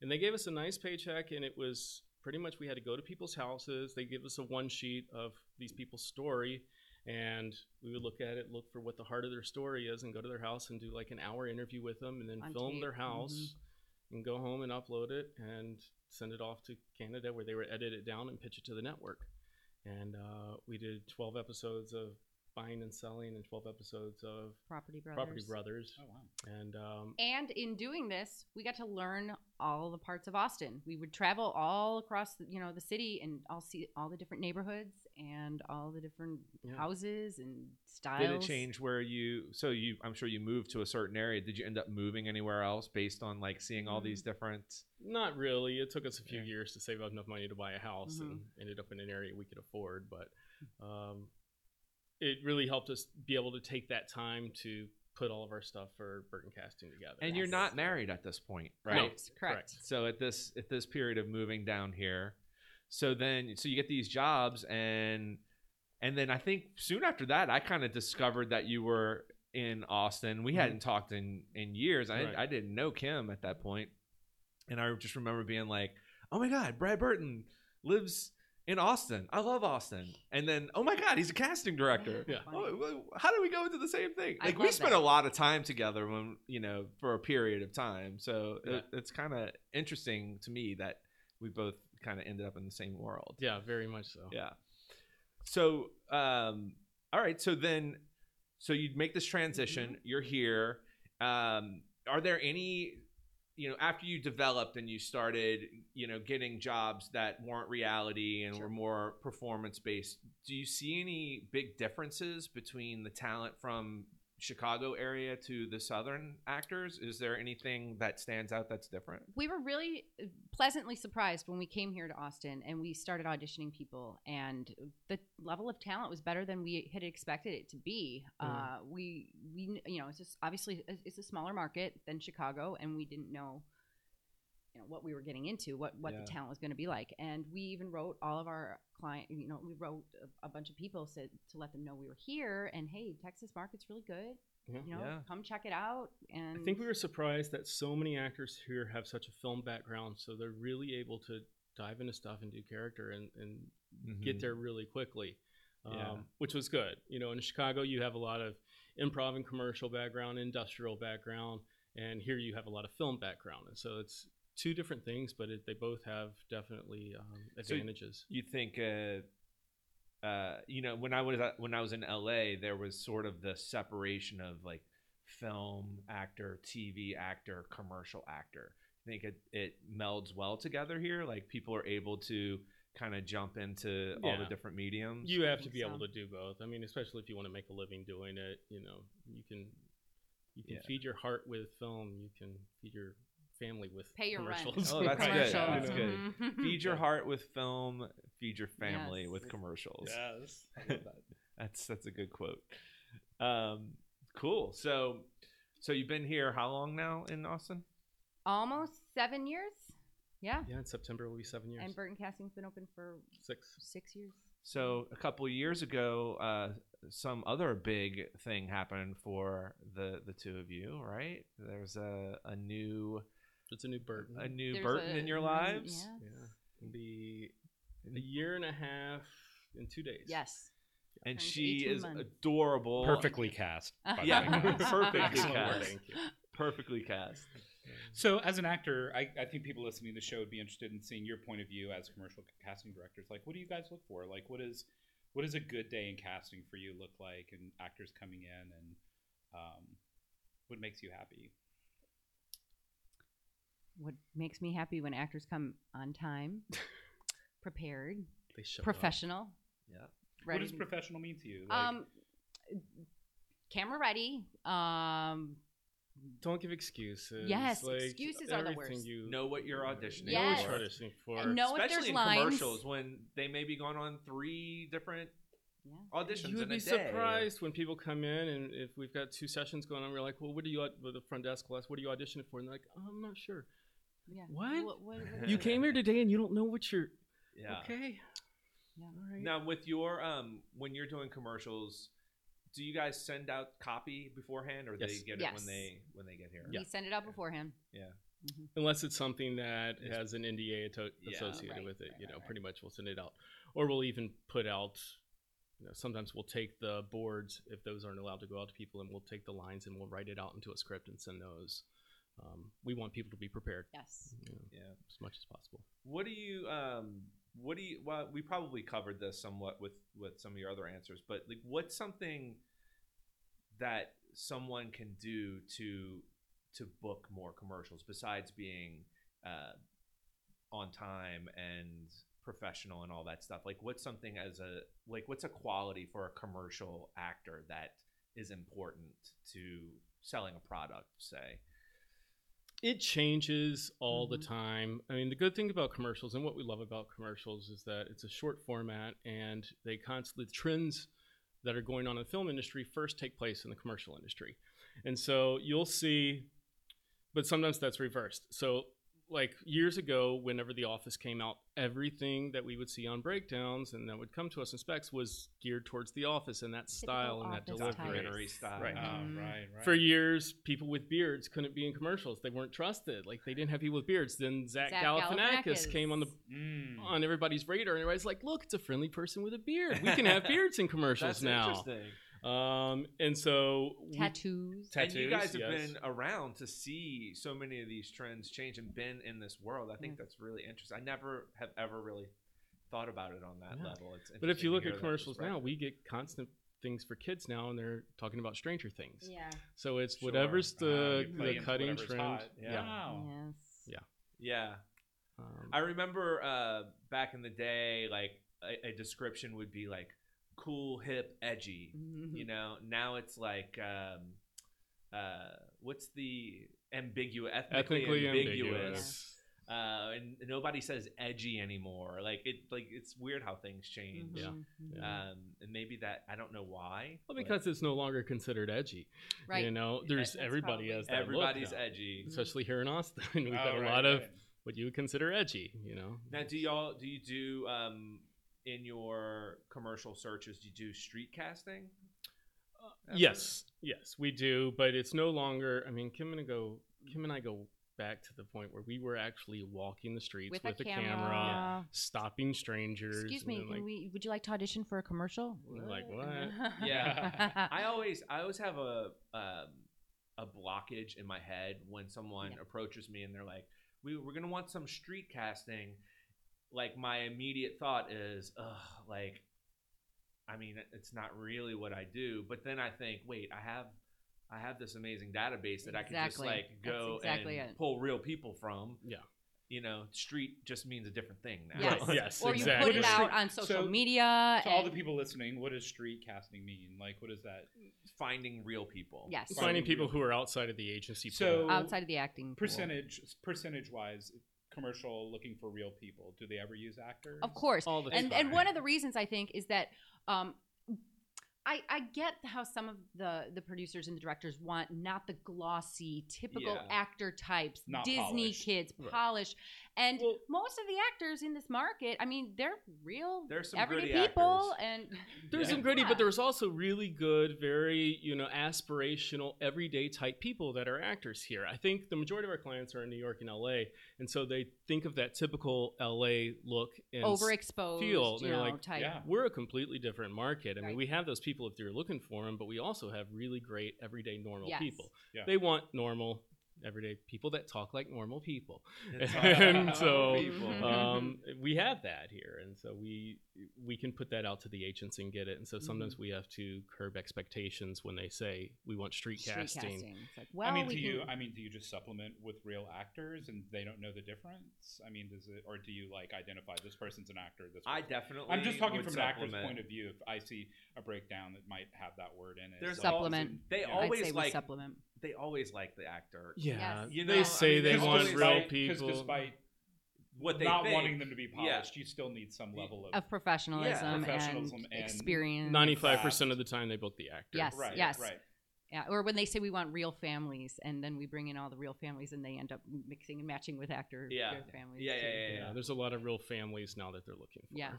S3: And they gave us a nice paycheck, and it was pretty much we had to go to people's houses. They give us a one sheet of these people's story. And we would look at it, look for what the heart of their story is, and go to their house and do like an hour interview with them, and then
S2: On
S3: film
S2: tape,
S3: their house
S2: mhm.
S3: and go home and upload it and send it off to Canada where they would edit it down and pitch it to the network. And uh, we did 12 episodes of buying and selling and 12 episodes of
S2: Property Brothers.
S3: Property Brothers.
S4: Oh, wow.
S3: And um,
S2: And in doing this, we got to learn all the parts of Austin. We would travel all across, the, you know, the city and all see all the different neighborhoods and all the different
S3: Yeah.
S2: houses and styles.
S1: Did it change where you? So you, I'm sure you moved to a certain area. Did you end up moving anywhere else based on like seeing all these different?
S3: not really. It took us a few
S1: Yeah.
S3: years to save up enough money to buy a house
S2: Mhm.
S3: and ended up in an area we could afford. But um, it really helped us be able to take that time to put all of our stuff for Burton Casting together.
S1: And you're not married at this point, right?
S3: No.
S2: Correct. correct.
S1: So at this at this period of moving down here, so then so you get these jobs and and then I think soon after that I kind of discovered that you were in Austin. We
S3: Mhm.
S1: hadn't talked in in years. I
S3: Right.
S1: I didn't know Kim at that point. And I just remember being like, "Oh my god, Brad Burton lives in Austin. I love Austin." And then, "Oh my god, he's a casting director."
S3: Yeah.
S1: Oh, well, how do we go into the same thing?
S2: I
S1: Like we
S2: love
S1: spent
S2: that.
S1: a lot of time together when you know for a period of time, so it, it's kind of interesting to me that we both kind of ended up in the same world.
S3: Yeah, very much so.
S1: yeah. So, um, all right. So then, so you make this transition. You're here. Um, are there any, you know, after you developed and you started, you know, getting jobs that weren't reality and were more performance based? Do you see any big differences between the talent from Chicago area to the Southern actors? Is there anything that stands out that's different?
S2: we were really pleasantly surprised when we came here to Austin and we started auditioning people, and the level of talent was better than we had expected it to be. Uh, we, we, you know, it's just obviously it's a smaller market than Chicago, and we didn't know, you know, what we were getting into, what what
S1: Yeah.
S2: the talent was going to be like, and we even wrote all of our client, you know, we wrote a, a bunch of people said to let them know we were here, and hey, Texas market's really good,
S3: Yeah.
S2: you know,
S1: Yeah.
S2: come check it out. And
S3: I think we were surprised that so many actors here have such a film background, so they're really able to dive into stuff and do character and, and get there really quickly, um,
S1: Mm-hmm. Yeah.
S3: which was good. You know, in Chicago, you have a lot of improv and commercial background, industrial background, and here you have a lot of film background. And so it's two different things, but it, they both have definitely um,
S1: So-
S3: advantages.
S1: you think uh uh you know when i was at, when i was in la there was sort of the separation of like film actor tv actor commercial actor i think it, it melds well together here like people are able to kind of jump into all the
S3: Yeah.
S1: different mediums
S3: you have to
S2: think
S3: be able
S2: so.
S3: to do both. I mean, especially if you want to make a living doing it, you know, you can you can
S1: Yeah.
S3: feed your heart with film. You can feed your family with
S2: Pay your rent.
S3: commercials.
S1: Oh, that's good.
S2: commercials.
S1: That's
S3: You know?
S1: good.
S2: Mhm.
S3: Hmm.
S1: feed your heart with film feed your family
S2: Yes.
S1: with
S4: Oh,
S1: commercials
S3: Yes.
S1: that's that's a good quote um cool so so you've been here how long now in austin
S2: almost seven years. Yeah.
S3: Yeah, in September will be seven years.
S2: And Burton Casting's been open for
S3: Six.
S2: six years.
S1: So a couple of years ago, uh, some other big thing happened for the the two of you, right? There's a a new
S3: It's a new Burton.
S1: a new
S2: There's
S1: Burton
S2: a-
S1: in your
S2: mm,
S1: lives.
S2: yeah.
S3: yeah. It'll be a year and a half in two days.
S2: Yes.
S1: And
S2: Turns
S1: she
S2: 18
S1: is
S2: months.
S1: adorable,
S4: Perfectly cast. by the
S1: Yeah,
S4: way, guys.
S1: perfectly
S3: Excellent
S1: cast.
S3: wording.
S1: perfectly cast.
S4: So, as an actor, I, I think people listening to the show would be interested in seeing your point of view as commercial casting directors. Like, what do you guys look for? Like, what is what does a good day in casting for you look like, and actors coming in, and um, what makes you happy?
S2: What makes me happy when actors come on time, prepared,
S3: They show up.
S2: professional.
S1: Yeah.
S2: Ready.
S4: What does professional mean to you? Like,
S2: um, camera ready. Um,
S3: Don't give excuses.
S2: Yes,
S3: like,
S2: excuses are the
S3: everything
S2: worst.
S3: You
S1: Know what you're auditioning
S3: Know what
S2: Yes.
S3: you're auditioning for.
S2: And know if
S1: Especially
S2: there's
S1: in
S2: lines.
S1: commercials when they may be going on three different
S2: yeah.
S1: auditions
S3: You would
S1: in a
S3: be
S1: day.
S3: surprised when people come in, and if we've got two sessions going on, we're like, "Well, what are you at the front desk class? What are you auditioning for?" And they're like, oh, "I'm not sure."
S2: Yeah.
S3: What?
S2: what-
S3: You came here today, and you don't know what you're.
S1: Yeah.
S3: Okay.
S2: Yeah.
S3: All right.
S1: Now, with your um, when you're doing commercials, do you guys send out copy beforehand, or
S3: Yes.
S1: they get it
S2: Yes.
S1: when they when they get here?
S2: We send it out beforehand.
S1: Yeah.
S2: Mhm.
S3: Unless it's something that
S1: It's-
S3: has an NDA ato-
S1: Yeah.
S3: associated
S2: Right,
S3: with it,
S2: right,
S3: you
S2: right,
S3: know,
S2: right.
S3: pretty much we'll send it out, or we'll even put out. You know, sometimes we'll take the boards if those aren't allowed to go out to people, and we'll take the lines and we'll write it out into a script and send those. Um, we want people to be prepared
S2: Yes.
S3: you know,
S1: Yeah.
S3: as much as possible.
S1: What do you um what do you well we probably covered this somewhat with with some of your other answers, but like what's something that someone can do to to book more commercials besides being uh on time and professional and all that stuff? Like what's something as a like what's a quality for a commercial actor that is important to selling a product, say?
S3: it changes all
S2: Mhm.
S3: the time. I mean, the good thing about commercials and what we love about commercials is that it's a short format and they constantly the trends that are going on in the film industry first take place in the commercial industry. And so you'll see, but sometimes that's reversed. So, like years ago, whenever The Office came out, everything that we would see on breakdowns and that would come to us in specs was geared towards The Office and that style and that delivery.
S2: Office types.
S4: documentary style.
S3: Right.
S4: Oh,
S2: Mhm.
S4: right, right.
S3: For years, people with beards couldn't be in commercials. They weren't trusted. Like they didn't have people with beards. Then Zach,
S2: Zach
S3: Galifianakis,
S2: Galifianakis.
S3: came on the
S4: Mm.
S1: Hmm.
S3: on everybody's radar, and everybody's like, "Look, it's a friendly person with a beard. We can have beards in commercials
S1: That's
S3: now."
S1: interesting.
S3: Um, and so we-
S2: tattoos.
S3: Tattoos.
S1: and you guys have
S3: yes.
S1: been around to see so many of these trends change and been in this world. I think
S3: Mm.
S2: Yeah.
S1: that's really interesting. I never have ever really thought about it on that
S3: Yeah.
S1: level. It's
S3: But if
S1: interesting to
S3: you look
S1: hear
S3: at
S1: that
S3: commercials now,
S1: perspective.
S3: we get constant things for kids now, and they're talking about Stranger Things.
S2: Yeah.
S3: So it's
S1: Sure.
S3: whatever's
S4: Uh,
S3: the,
S4: you play
S3: the
S4: into
S3: cutting
S4: whatever's
S3: trend.
S4: hot.
S1: Yeah.
S4: Wow.
S2: Yes.
S3: Yeah.
S1: yeah.
S3: Um,
S1: I remember uh, back in the day, like a, a description would be like cool, hip, edgy.
S3: Mm-hmm.
S2: Mhm.
S1: You know, now it's like um, uh, what's the ambiguous, ethnically,
S3: ethnically
S1: ambiguous,
S3: ambiguous.
S1: Uh, and nobody says edgy anymore. Like it, like it's weird how things change.
S3: Yeah.
S2: Mhm.
S3: Yeah.
S1: Um, and maybe that I don't know why.
S3: Well,
S1: but
S3: because it's no longer considered edgy.
S2: Right.
S3: You know, there's
S2: That's
S3: everybody
S2: probably-
S3: has that look
S1: everybody's
S3: now,
S1: edgy.
S3: especially here in Austin. We've
S4: Oh,
S3: got a
S4: right,
S3: lot of
S4: right.
S3: what you would consider edgy. You know.
S1: Now, do y'all do you do um, in your commercial searches? Do you do street casting? Ever?
S3: Uh, Yes, yes, we do, but it's no longer. I mean, Kim and I go. Kim and I go back to the point where we were actually walking the streets with,
S2: With, a camera.
S3: stopping strangers.
S2: Excuse
S3: and
S2: me.
S3: then,
S2: Can we? Would you like to audition for a commercial?
S3: We're like,
S1: Yeah. I
S2: Um,
S1: always I always have a um, a blockage in my head when someone
S2: Yeah.
S1: approaches me and they're like, "We we're gonna want some street casting." Like my immediate thought is, Ugh, like, I mean, it's not really what I do. But then I think, wait, I have I have this amazing database that I can just
S2: Exactly.
S1: like
S2: That's
S1: go
S2: exactly
S1: and
S2: it.
S1: pull real people from.
S3: Yeah.
S1: You know, street just means a different thing now.
S2: Yes.
S3: Right, yes,
S2: or
S3: exactly.
S2: you put it out on social
S4: So-
S2: media.
S4: To all the
S2: and-
S4: people listening, what does street casting mean? Like, what is that?
S1: Finding real people.
S2: Yes.
S3: finding people who are outside of the agency.
S4: So-
S3: pool.
S2: Outside of the acting. pool.
S4: Percentage, percentage wise, commercial looking for real people. Do they ever use actors?
S2: Of course.
S3: all the
S2: and
S3: time.
S2: and one of the reasons I think is that um, I I get how some of the the producers and the directors want not the glossy typical
S1: Yeah.
S2: actor types,
S4: Not
S2: Disney
S4: polished.
S2: kids,
S3: Right.
S2: polished, and
S1: Well-
S2: most of the actors in this market, I mean, they're real
S1: There's some
S2: everyday
S1: gritty actors.
S2: people, and
S3: There's
S1: Yeah.
S3: some gritty,
S2: Yeah.
S3: but there's also really good, very you know aspirational, everyday type people that are actors here. I think the majority of our clients are in New York and L.A., and so they think of that typical L.A. look and
S2: overexposed,
S3: feel,
S2: you
S3: they're
S2: know,
S3: like,
S2: type.
S4: yeah.
S3: we're a completely different market. I mean,
S2: Right.
S3: we have those people if you're looking for them, but we also have really great everyday normal
S2: Yes.
S3: people.
S4: Yeah.
S3: They want normal everyday people that talk like normal people.
S1: It's
S3: And
S1: all
S3: so,
S1: people.
S2: Mhm.
S3: Um, we have that here, and so we we can put that out to the agents and get it. And so sometimes
S2: Mm-hmm.
S3: we have to curb expectations when they say we want street,
S2: street
S3: casting.
S2: casting. It's like, well,
S4: I mean,
S2: we
S4: do
S2: can,
S4: you? I mean, do you just supplement with real actors, and they don't know the difference? I mean, does it, or do you like identify this person's an actor? This
S1: I
S4: person-
S1: definitely.
S4: I'm just talking
S1: would
S4: from an actor's
S1: supplement.
S4: point of view. If I see a breakdown that might have that word in it,
S1: There's
S4: like,
S2: Supplement.
S1: They
S4: Yeah.
S2: I'd
S1: always
S2: say we
S1: like
S2: supplement.
S1: they always like the actor.
S3: Yeah,
S2: Yes.
S1: You know, I
S3: they say
S1: mean,
S3: they
S1: it's
S3: want
S1: always
S3: real
S1: like-
S3: people.
S4: Because despite
S1: What they
S4: not
S1: think.
S4: wanting them to be
S1: Yeah.
S4: polished, you still need some level of,
S2: of professionalism,
S4: professionalism
S2: and
S4: and
S2: experience.
S3: Ninety-five percent of the time, they book the actor.
S2: Mm. Yes,
S4: right,
S2: yes.
S4: right.
S2: Yeah, or when they say we want real families, and then we bring in all the real families, and they end up mixing and matching with actor
S1: Yeah.
S2: real families.
S1: Yeah, yeah,
S2: too.
S1: yeah,
S3: Yeah,
S1: yeah, yeah.
S3: there's a lot of real families now that they're looking for.
S2: Yeah.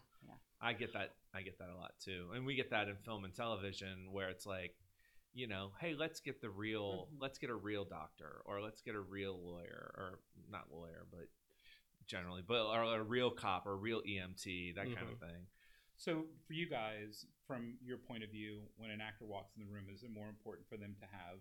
S1: I get that. I get that a lot too, and we get that in film and television where it's like, you know, hey, let's get the real,
S4: Mm-hmm.
S2: Mhm.
S1: let's get a real doctor, or let's get a real lawyer, or not lawyer, but generally, but or a real cop or real EMT, that kind of thing.
S4: So, for you guys, from your point of view, when an actor walks in the room, is it more important for them to have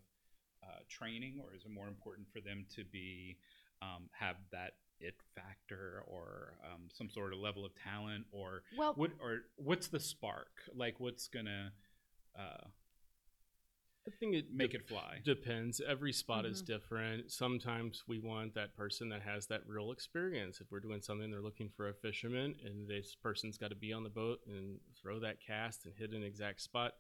S4: uh, training, or is it more important for them to be um, have that it factor, or um, some sort of level of talent, or
S2: Well,
S4: what, or what's the spark? Like, what's gonna uh,
S3: I think it
S4: make
S3: de-
S4: it fly?
S3: depends. Every spot is different. Sometimes we want that person that has that real experience. If we're doing something, they're looking for a fisherman, and this person's got to be on the boat and throw that cast and hit an exact spot.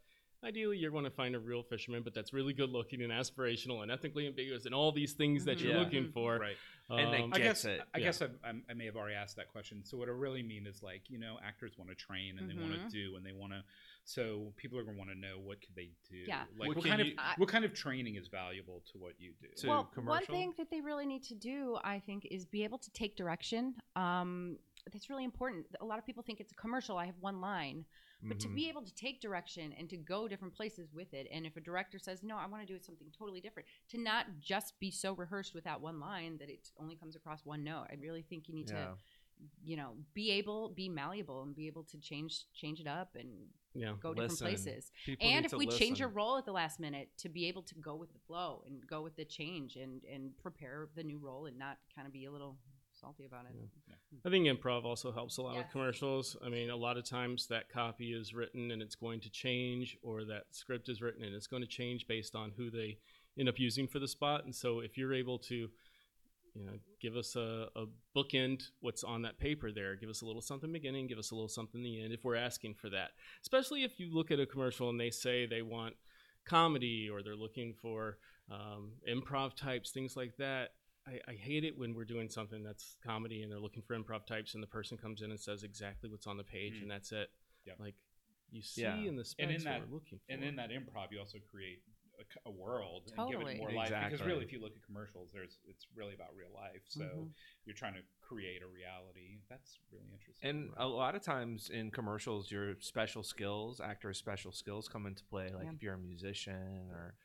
S3: Ideally, you're going to find a real fisherman, but that's really good looking and aspirational and ethnically ambiguous and all these things that you're
S1: Mhm. Yeah.
S3: looking for.
S4: Right.
S1: And they
S3: Um,
S4: I
S1: get-
S4: guess
S1: Gets it.
S4: I
S3: Yeah.
S4: guess I, I'm- I may have already asked that question. So what I really mean is like you know actors want to train and they want
S2: Mhm.
S4: to do and they want to. So people are going to want to know what could they do.
S2: Yeah.
S1: What
S4: Like what,
S1: can
S4: kind
S1: you-
S4: of
S2: I-
S4: what kind of training is valuable to what you do.
S1: So-
S2: well, one
S1: commercial?
S2: thing that they really need to do, I think, is be able to take direction. Um, that's really important. A lot of people think it's a commercial. I have one line, but to
S3: Mm-hmm.
S1: Mhm.
S2: be able to take direction and to go different places with it, and if a director says, "No, I want to do something totally different," to not just be so rehearsed with that one line that it only comes across one note. I really think you need to,
S1: Yeah.
S2: you know, be able, be malleable, and be able to change change it up and
S3: yeah.
S2: go
S1: Listen.
S2: different places
S1: People
S2: and
S1: need
S2: if
S1: to
S2: we change
S1: listen.
S2: your role at the last minute to be able to go with the flow and go with the change and and prepare the new role and not kind of be a little salty about it
S3: Yeah. I think improv also helps a lot with
S2: Yes.
S3: commercials. I mean, a lot of times that copy is written and it's going to change, or that script is written and it's going to change based on who they end up using for the spot. And so, if you're able to, you know, give us a, a bookend, what's on that paper there, give us a little something beginning, give us a little something the end, if we're asking for that. Especially if you look at a commercial and they say they want comedy or they're looking for um, improv types, things like that. I, I hate it when we're doing something that's comedy and they're looking for improv types and the person comes in and says exactly what's on the page
S4: Mm.
S3: and that's it.
S4: Yep.
S3: Like you see
S1: Yeah.
S3: in the
S4: And in
S3: specs
S4: that-
S3: what we're looking for.
S4: and in that improv, you also create a, c- a world and give
S2: Totally.
S4: it more life. Because
S1: Exactly.
S4: really, if you look at commercials, there's it's really about real life. So
S2: Mhm.
S4: you're trying to create a reality. That's really interesting.
S1: And a lot of times in commercials, your special skills, actor's special skills come into play. Like
S2: Yeah.
S1: if you're a musician or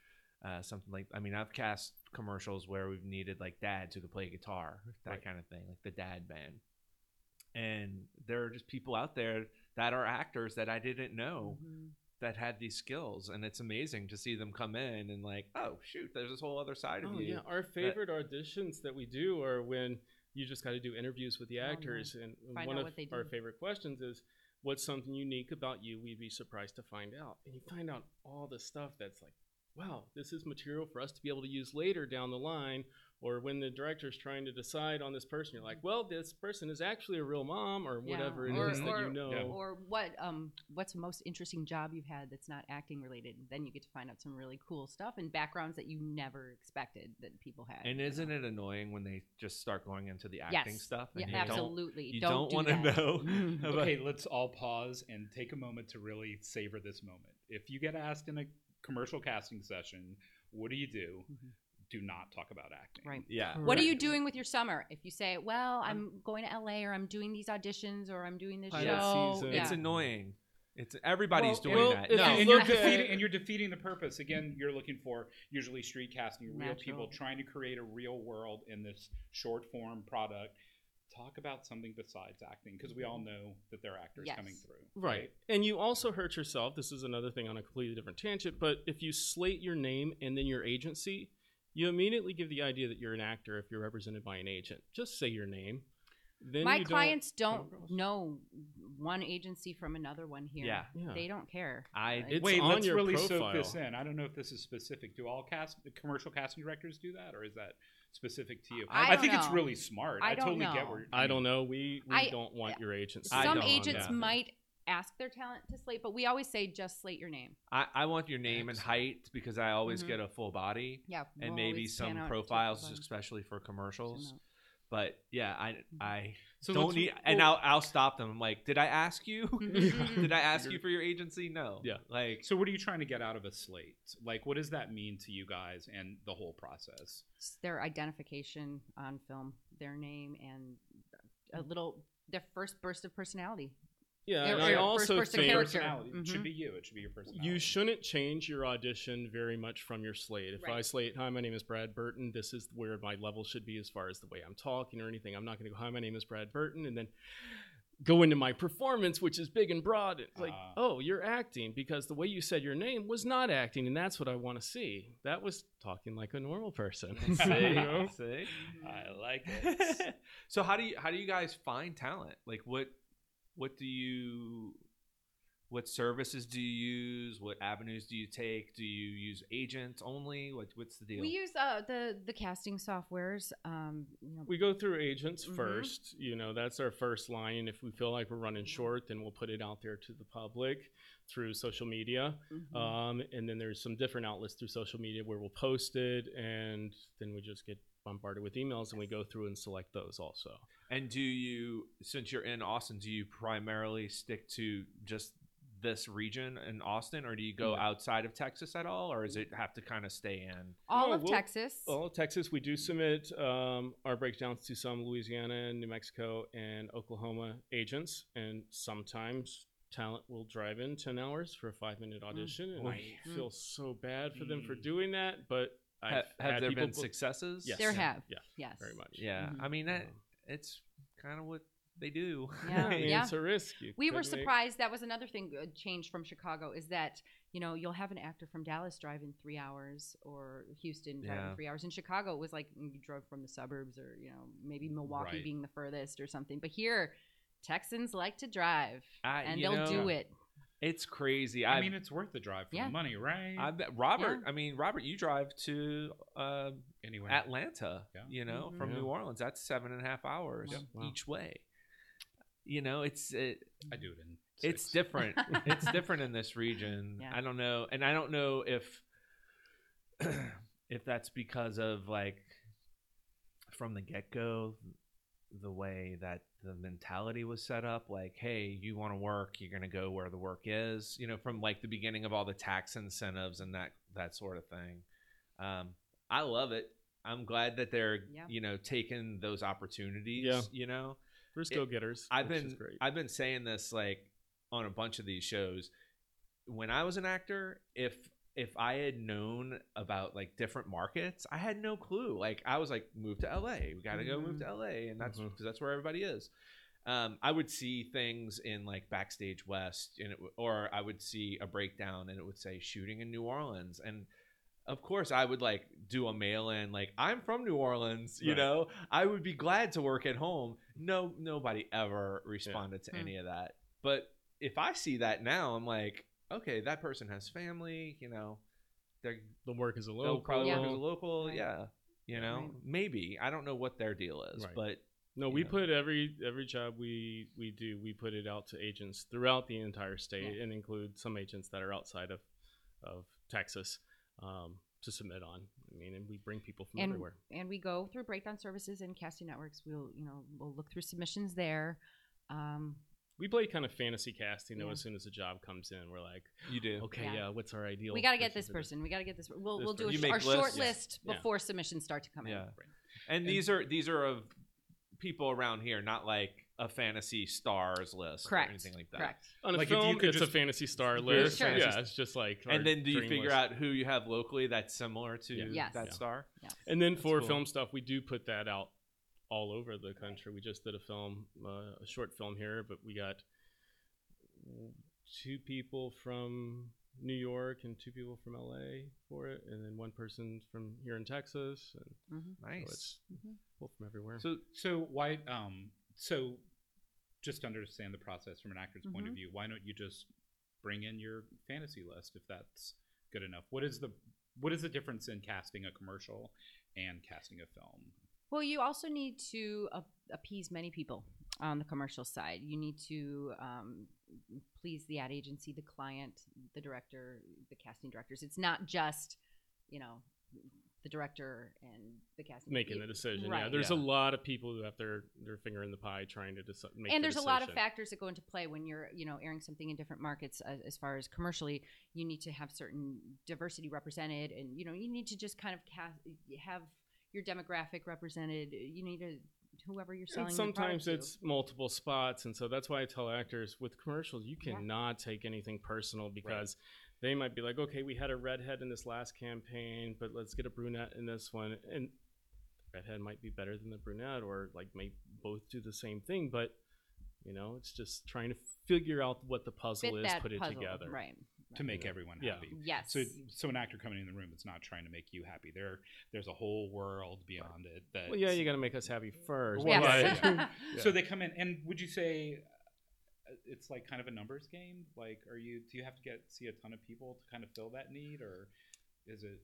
S1: uh, something like, I mean, I've cast commercials where we've needed like dads who could play guitar, that
S3: Right.
S1: kind of thing, like the dad band. And there are just people out there that are actors that I didn't know
S2: Mhm.
S1: that had these skills. And it's amazing to see them come in and like, oh, shoot, there's this whole other side of
S3: Oh,
S1: you.
S3: yeah, our favorite auditions that we do are when you just got to do interviews with the
S2: Oh, yeah.
S3: actors, and and
S2: Find
S3: one
S2: out
S3: of
S2: what they
S3: our
S2: do.
S3: favorite questions is, "What's something unique about you? We'd be surprised to find out." And you find out all the stuff that's like, "Wow, this is material for us to be able to use later down the line." Or when the director's trying to decide on this person, you're like, "Well, this person is actually a real mom, or
S2: Yeah.
S3: whatever it
S2: Or-
S3: is that
S2: or-
S3: you know."
S1: oh.
S4: Yeah.
S2: or what um what's the most interesting job you've had that's not acting related then you get to find out some really cool stuff and backgrounds that you never expected that people had
S1: And isn't it annoying when they just start going into the acting
S2: Yes.
S1: stuff?
S2: yeah
S1: and you don't-
S2: absolutely
S1: you don't
S2: don't, do
S1: want to
S2: that.
S1: know.
S2: Mhm.
S1: about-
S4: okay, let's all pause and take a moment to really savor this moment. If you get asked in a commercial casting session, what do you do?
S2: Mhm.
S4: Do not talk about acting.
S2: right
S1: Yeah.
S2: What are
S3: Mm-hmm. Right.
S2: you doing with your summer? If you say, "Well, I'm, going to LA, or I'm doing these auditions, or I'm doing this
S1: Pilot
S2: show,"
S3: season.
S2: Yeah.
S1: It's annoying. It's everybody's
S4: Well,
S1: doing
S3: well,
S1: that.
S3: if
S1: No,
S3: you
S4: and, you're
S3: look at- Mm-hmm.
S4: defeating, and you're defeating the purpose. Again, you're looking for usually street casting, real
S2: Natural.
S4: people trying to create a real world in this short form product. Talk about something besides acting because we all
S3: Mm-hmm.
S4: know that there are actors
S2: Yes.
S4: coming through.
S3: Right. And you also hurt yourself. This is another thing on a completely different tangent, but if you slate your name and then your agency, you immediately give the idea that you're an actor if you're represented by an agent. Just say your name. Then
S2: My
S3: you don't-
S2: clients don't,
S3: across.
S2: know one agency from another one here.
S1: Yeah.
S3: Yeah.
S2: They don't care.
S1: I
S2: It's
S4: Wait,
S3: on
S4: let's
S3: your
S4: really
S3: profile.
S4: soak this in. I don't know if this is specific. Do all cast commercial casting directors do that, or is that specific to you?
S2: I don't
S4: think it's
S2: know.
S4: really smart.
S2: I
S4: I,
S2: don't
S4: totally get
S2: know.
S4: where you're
S3: I don't know. We we
S2: I-
S3: don't want your agency.
S1: I
S2: Some
S1: don't,
S2: agents
S1: yeah.
S2: might ask their talent to slate, but we always say just slate your name.
S1: I, I want your name and
S4: Excellent.
S1: height because I always
S2: Mhm.
S1: get a full body
S2: Yeah.
S1: and
S2: we'll
S1: maybe
S2: always pan
S1: some
S2: out to
S1: profiles,
S2: profiles.
S1: especially for commercials.
S2: So no.
S1: But yeah, I I
S4: So
S1: don't
S4: let's-
S1: need and I'll I'll stop them. I'm like, did I ask you?
S2: Mhm.
S1: did I ask you for your agency? No.
S3: Yeah.
S1: Like
S4: So, what are you trying to get out of a slate? Like, what does that mean to you guys and the whole process?
S2: It's Their identification on film, their name, and a little their first burst of personality.
S3: Yeah,
S2: They're-
S3: and
S2: they're
S3: I
S2: first
S3: also
S2: person
S3: think
S2: character.
S4: Personality. It
S2: Mhm.
S4: should be you. It should be your personality.
S3: You shouldn't change your audition very much from your slate. If I
S2: Right.
S3: slate, hi, my name is Brad Burton, this is where my level should be as far as the way I'm talking or anything. I'm not going to go, hi, my name is Brad Burton, and then go into my performance, which is big and broad. It's like,
S4: Ah.
S3: oh, you're acting because the way you said your name was not acting, and that's what I want to see. That was talking like a normal person.
S1: see,
S3: You know?
S1: see?
S4: I like it.
S1: so how do you how do you guys find talent? Like what what do you what services do you use? What avenues do you take? Do you use agents only? What, what's the deal?
S2: We use uh, the the casting softwares. Um, you know,
S3: We go through agents
S2: Mhm.
S3: first. You know, that's our first line. If we feel like we're running short, then we'll put it out there to the public through social media.
S1: Mm-hmm.
S2: mhm.
S3: Um, and then there's some different outlets through social media where we'll post it, and then we just get bombarded with emails, and we go through and select those also.
S1: and do you, since you're in Austin, do you primarily stick to just this region in Austin, or do you go
S3: No.
S1: outside of Texas at all, or is it have to kind of stay in?
S2: all
S3: no,
S2: of
S3: we'll- oh,
S2: Texas.
S3: All of Texas, we do submit um, our breakdowns to some Louisiana, New Mexico, and Oklahoma agents, and sometimes talent will drive in 10 hours for a five minute
S1: Mm.
S3: audition. And I
S1: Oy.
S3: feel so bad for them for
S4: Mm.
S3: doing that, but I've
S1: Ha- have
S3: had
S1: there
S3: people
S1: been
S3: book-
S1: successes? Mm-hmm. Uh-huh.
S3: Yes.
S2: There have.
S3: Yeah,
S2: yes.
S3: very much.
S1: Yeah,
S2: Mhm.
S1: I mean that
S3: Um,
S1: it's kind of what they do.
S2: Yeah.
S3: I mean,
S2: Yeah.
S3: It's a risk. You
S2: We were
S3: could make-
S2: surprised. That was another thing uh, changed from Chicago is that you know you'll have an actor from Dallas drive in three hours or Houston drive
S1: Yeah.
S2: in three hours. In Chicago, it was like mm, you drove from the suburbs or you know maybe Milwaukee
S4: Right.
S2: being the furthest or something. But here, Texans like to drive
S3: Ah,
S1: I,
S2: and
S1: you
S2: they'll
S1: know,
S2: do it.
S1: It's crazy.
S4: I
S1: I
S4: mean, it's worth the drive for
S2: Yeah.
S4: the money, right?
S1: I bet Robert. I mean, Robert, you drive to uh,
S4: anyway,
S1: Atlanta.
S4: Yeah.
S1: You know,
S2: Mhm.
S1: from
S3: Yeah.
S1: New Orleans, that's seven and a half hours
S2: Yep.
S3: Wow.
S1: each way. You know, it's it,
S4: I do it in. Six.
S1: it's different. it's different in this region.
S2: Yeah.
S1: I don't know, and I don't know if if that's because of like from the get go the way that the mentality was set up like hey you want to work you're going to go where the work is you know from like the beginning of all the tax incentives and that that sort of thing um i love it i'm glad that they're
S2: Yeah.
S1: you know taking those opportunities
S3: Yeah.
S1: you know
S3: Risk
S1: It-
S3: go getters.
S1: I've
S3: which
S1: been
S3: is great.
S1: I've been saying this like on a bunch of these shows. When I was an actor, if if I had known about like different markets, I had no clue. Like I was like, move to LA. We got to go move
S2: Mhm.
S1: to LA, and that's because
S3: Mhm.
S1: that's where everybody is. Um, I would see things in like backstage West, and it, w- or I would see a breakdown, and it would say shooting in New Orleans, and of course I would like do a mail in like I'm from New Orleans, you
S3: Right.
S1: know. I would be glad to work at home. No nobody ever responded to
S2: Hmm.
S1: any of that. But if I see that now, I'm like, okay, that person has family, you know. They're
S3: the work is a
S1: they'll
S3: low.
S1: probably
S2: Yeah.
S1: work as a local,
S2: Right.
S1: yeah. You know,
S2: Right.
S1: maybe. I don't know what their deal is,
S3: Right.
S1: but
S3: No, we
S1: Yeah.
S3: put every every job we we do, we put it out to agents throughout the entire state, and include some agents that are outside of of Texas um, to submit on. I mean, and we bring people from
S2: And-
S3: everywhere.
S2: and we go through breakdown services and casting networks. We'll you know we'll look through submissions there. Um,
S3: We play kind of fantasy casting. Though,
S2: Yeah.
S3: as soon as a job comes in, we're like,
S1: you do.
S3: okay,
S2: Yeah.
S3: yeah, what's our ideal?
S2: we got to get
S3: person
S2: this
S3: for
S2: person. We got to get this. We'll
S3: This
S2: we'll do a,
S1: person.
S2: sh-
S1: You
S2: our
S1: make
S2: short
S1: lists.
S2: list
S3: Yeah.
S2: before submissions start to come in.
S1: Yeah. And these are these are of people around here, not like a fantasy stars list
S2: Correct.
S1: or anything like that.
S2: Correct.
S3: On a
S4: Like, if you
S3: film,
S4: could
S3: it's a
S4: just-
S3: fantasy star
S4: Yeah,
S3: list.
S2: sure.
S3: Yeah, it's just like. our
S1: And then do you
S3: dream
S1: figure
S3: list.
S1: out who you have locally that's similar to
S3: Yeah.
S2: Yes.
S1: that
S3: Yeah.
S1: star?
S2: Yeah.
S3: And then
S1: That's
S3: for
S1: cool.
S3: film stuff, we do put that out all over the country. We just did a film, uh, a short film here, but we got two people from New York and two people from LA for it, and then one person from here in Texas. And
S2: hmm
S3: so
S1: Nice.
S3: it's people from everywhere.
S1: So
S4: So why? Um. So, just to understand the process from an actor's point of view. Why don't you just bring in your fantasy list if that's good enough? What is the what is the difference in casting a commercial and casting a film?
S2: Well, you also need to a- appease many people on the commercial side. You need to um, please the ad agency, the client, the director, the casting directors. It's not just, you know, the director and the casting.
S3: Making the
S2: it-
S3: decision, yeah.
S2: Right.
S3: There's a
S1: Yeah.
S3: lot of people who have their their finger in the pie trying to deci- make.
S2: and
S3: the
S2: there's a lot of
S3: decision.
S2: factors that go into play when you're you know airing something in different markets as, as far as commercially you need to have certain diversity represented and you know you need to just kind of cast, have your demographic represented you need to whoever you're selling
S3: And
S2: the product
S3: sometimes
S2: to.
S3: it's multiple spots, and so that's why I tell actors with commercials, you
S2: Yeah.
S3: cannot take anything personal because they might be like, okay, we had a redhead in this last campaign, but let's get a brunette in this one, and redhead might be better than the brunette, or like may both do the same thing, but you know, it's just trying to figure out what the puzzle
S2: fit
S3: is,
S2: that
S3: put it
S2: puzzle,
S3: together.
S2: right
S4: To
S2: Right.
S4: make
S3: Yeah.
S4: everyone
S3: Yeah.
S4: happy.
S2: yes
S4: So, so an actor coming in the room is not trying to make you happy. There, there's a whole world beyond it. That
S3: Well, yeah, you got to make us happy first.
S4: Well,
S3: but-
S2: yes.
S4: yeah,
S3: yeah.
S4: So they come in, and would you say uh, it's like kind of a numbers game? Like, are you do you have to get see a ton of people to kind of fill that need, or is it?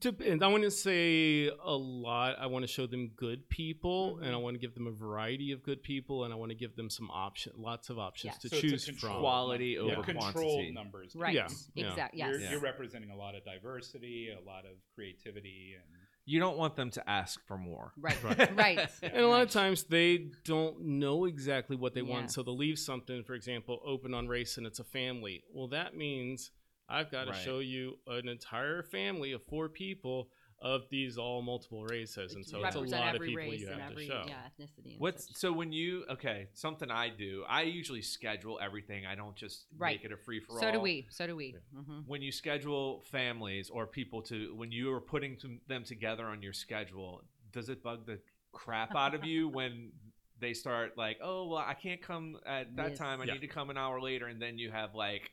S3: Depends. I want to say a lot. I want to show them good people, and
S2: Mm-hmm.
S3: I want to give them a variety of good people, and I want to give them some option, lots of options
S2: Yes.
S3: to
S4: So it's a
S3: choose
S4: control-
S3: from.
S1: Quality
S4: a
S1: over
S4: controlled
S1: quantity.
S4: numbers? game?
S2: Right.
S3: Yeah.
S2: Exactly. Yes.
S4: You're,
S1: Yeah.
S4: you're representing a lot of diversity, a lot of creativity, and
S1: You don't want them to ask for more.
S2: Right.
S1: Right.
S2: Right.
S3: And a lot of
S2: Right.
S3: times they don't know exactly what they
S2: Yeah.
S3: want, so they'll leave something, for example, open on race, and it's a family. Well, that means I've got to
S1: Right.
S3: show you an entire family of four people of these all multiple races, and so it's a
S2: represent
S3: lot of
S2: every
S3: people
S2: race
S3: you
S2: and
S3: have
S2: every
S3: to show.
S2: yeah ethnicity. And
S1: What's
S2: such.
S1: so when you okay? Something I do. I usually schedule everything. I don't just
S2: Right.
S1: make it a free for all.
S2: so do we. So do we. hmm
S1: When you schedule families or people to when you are putting to- them together on your schedule, does it bug the crap out of you when they start like, oh well, I can't come at that
S2: Yes.
S1: time. I
S3: Yeah.
S1: need to come an hour later, and then you have like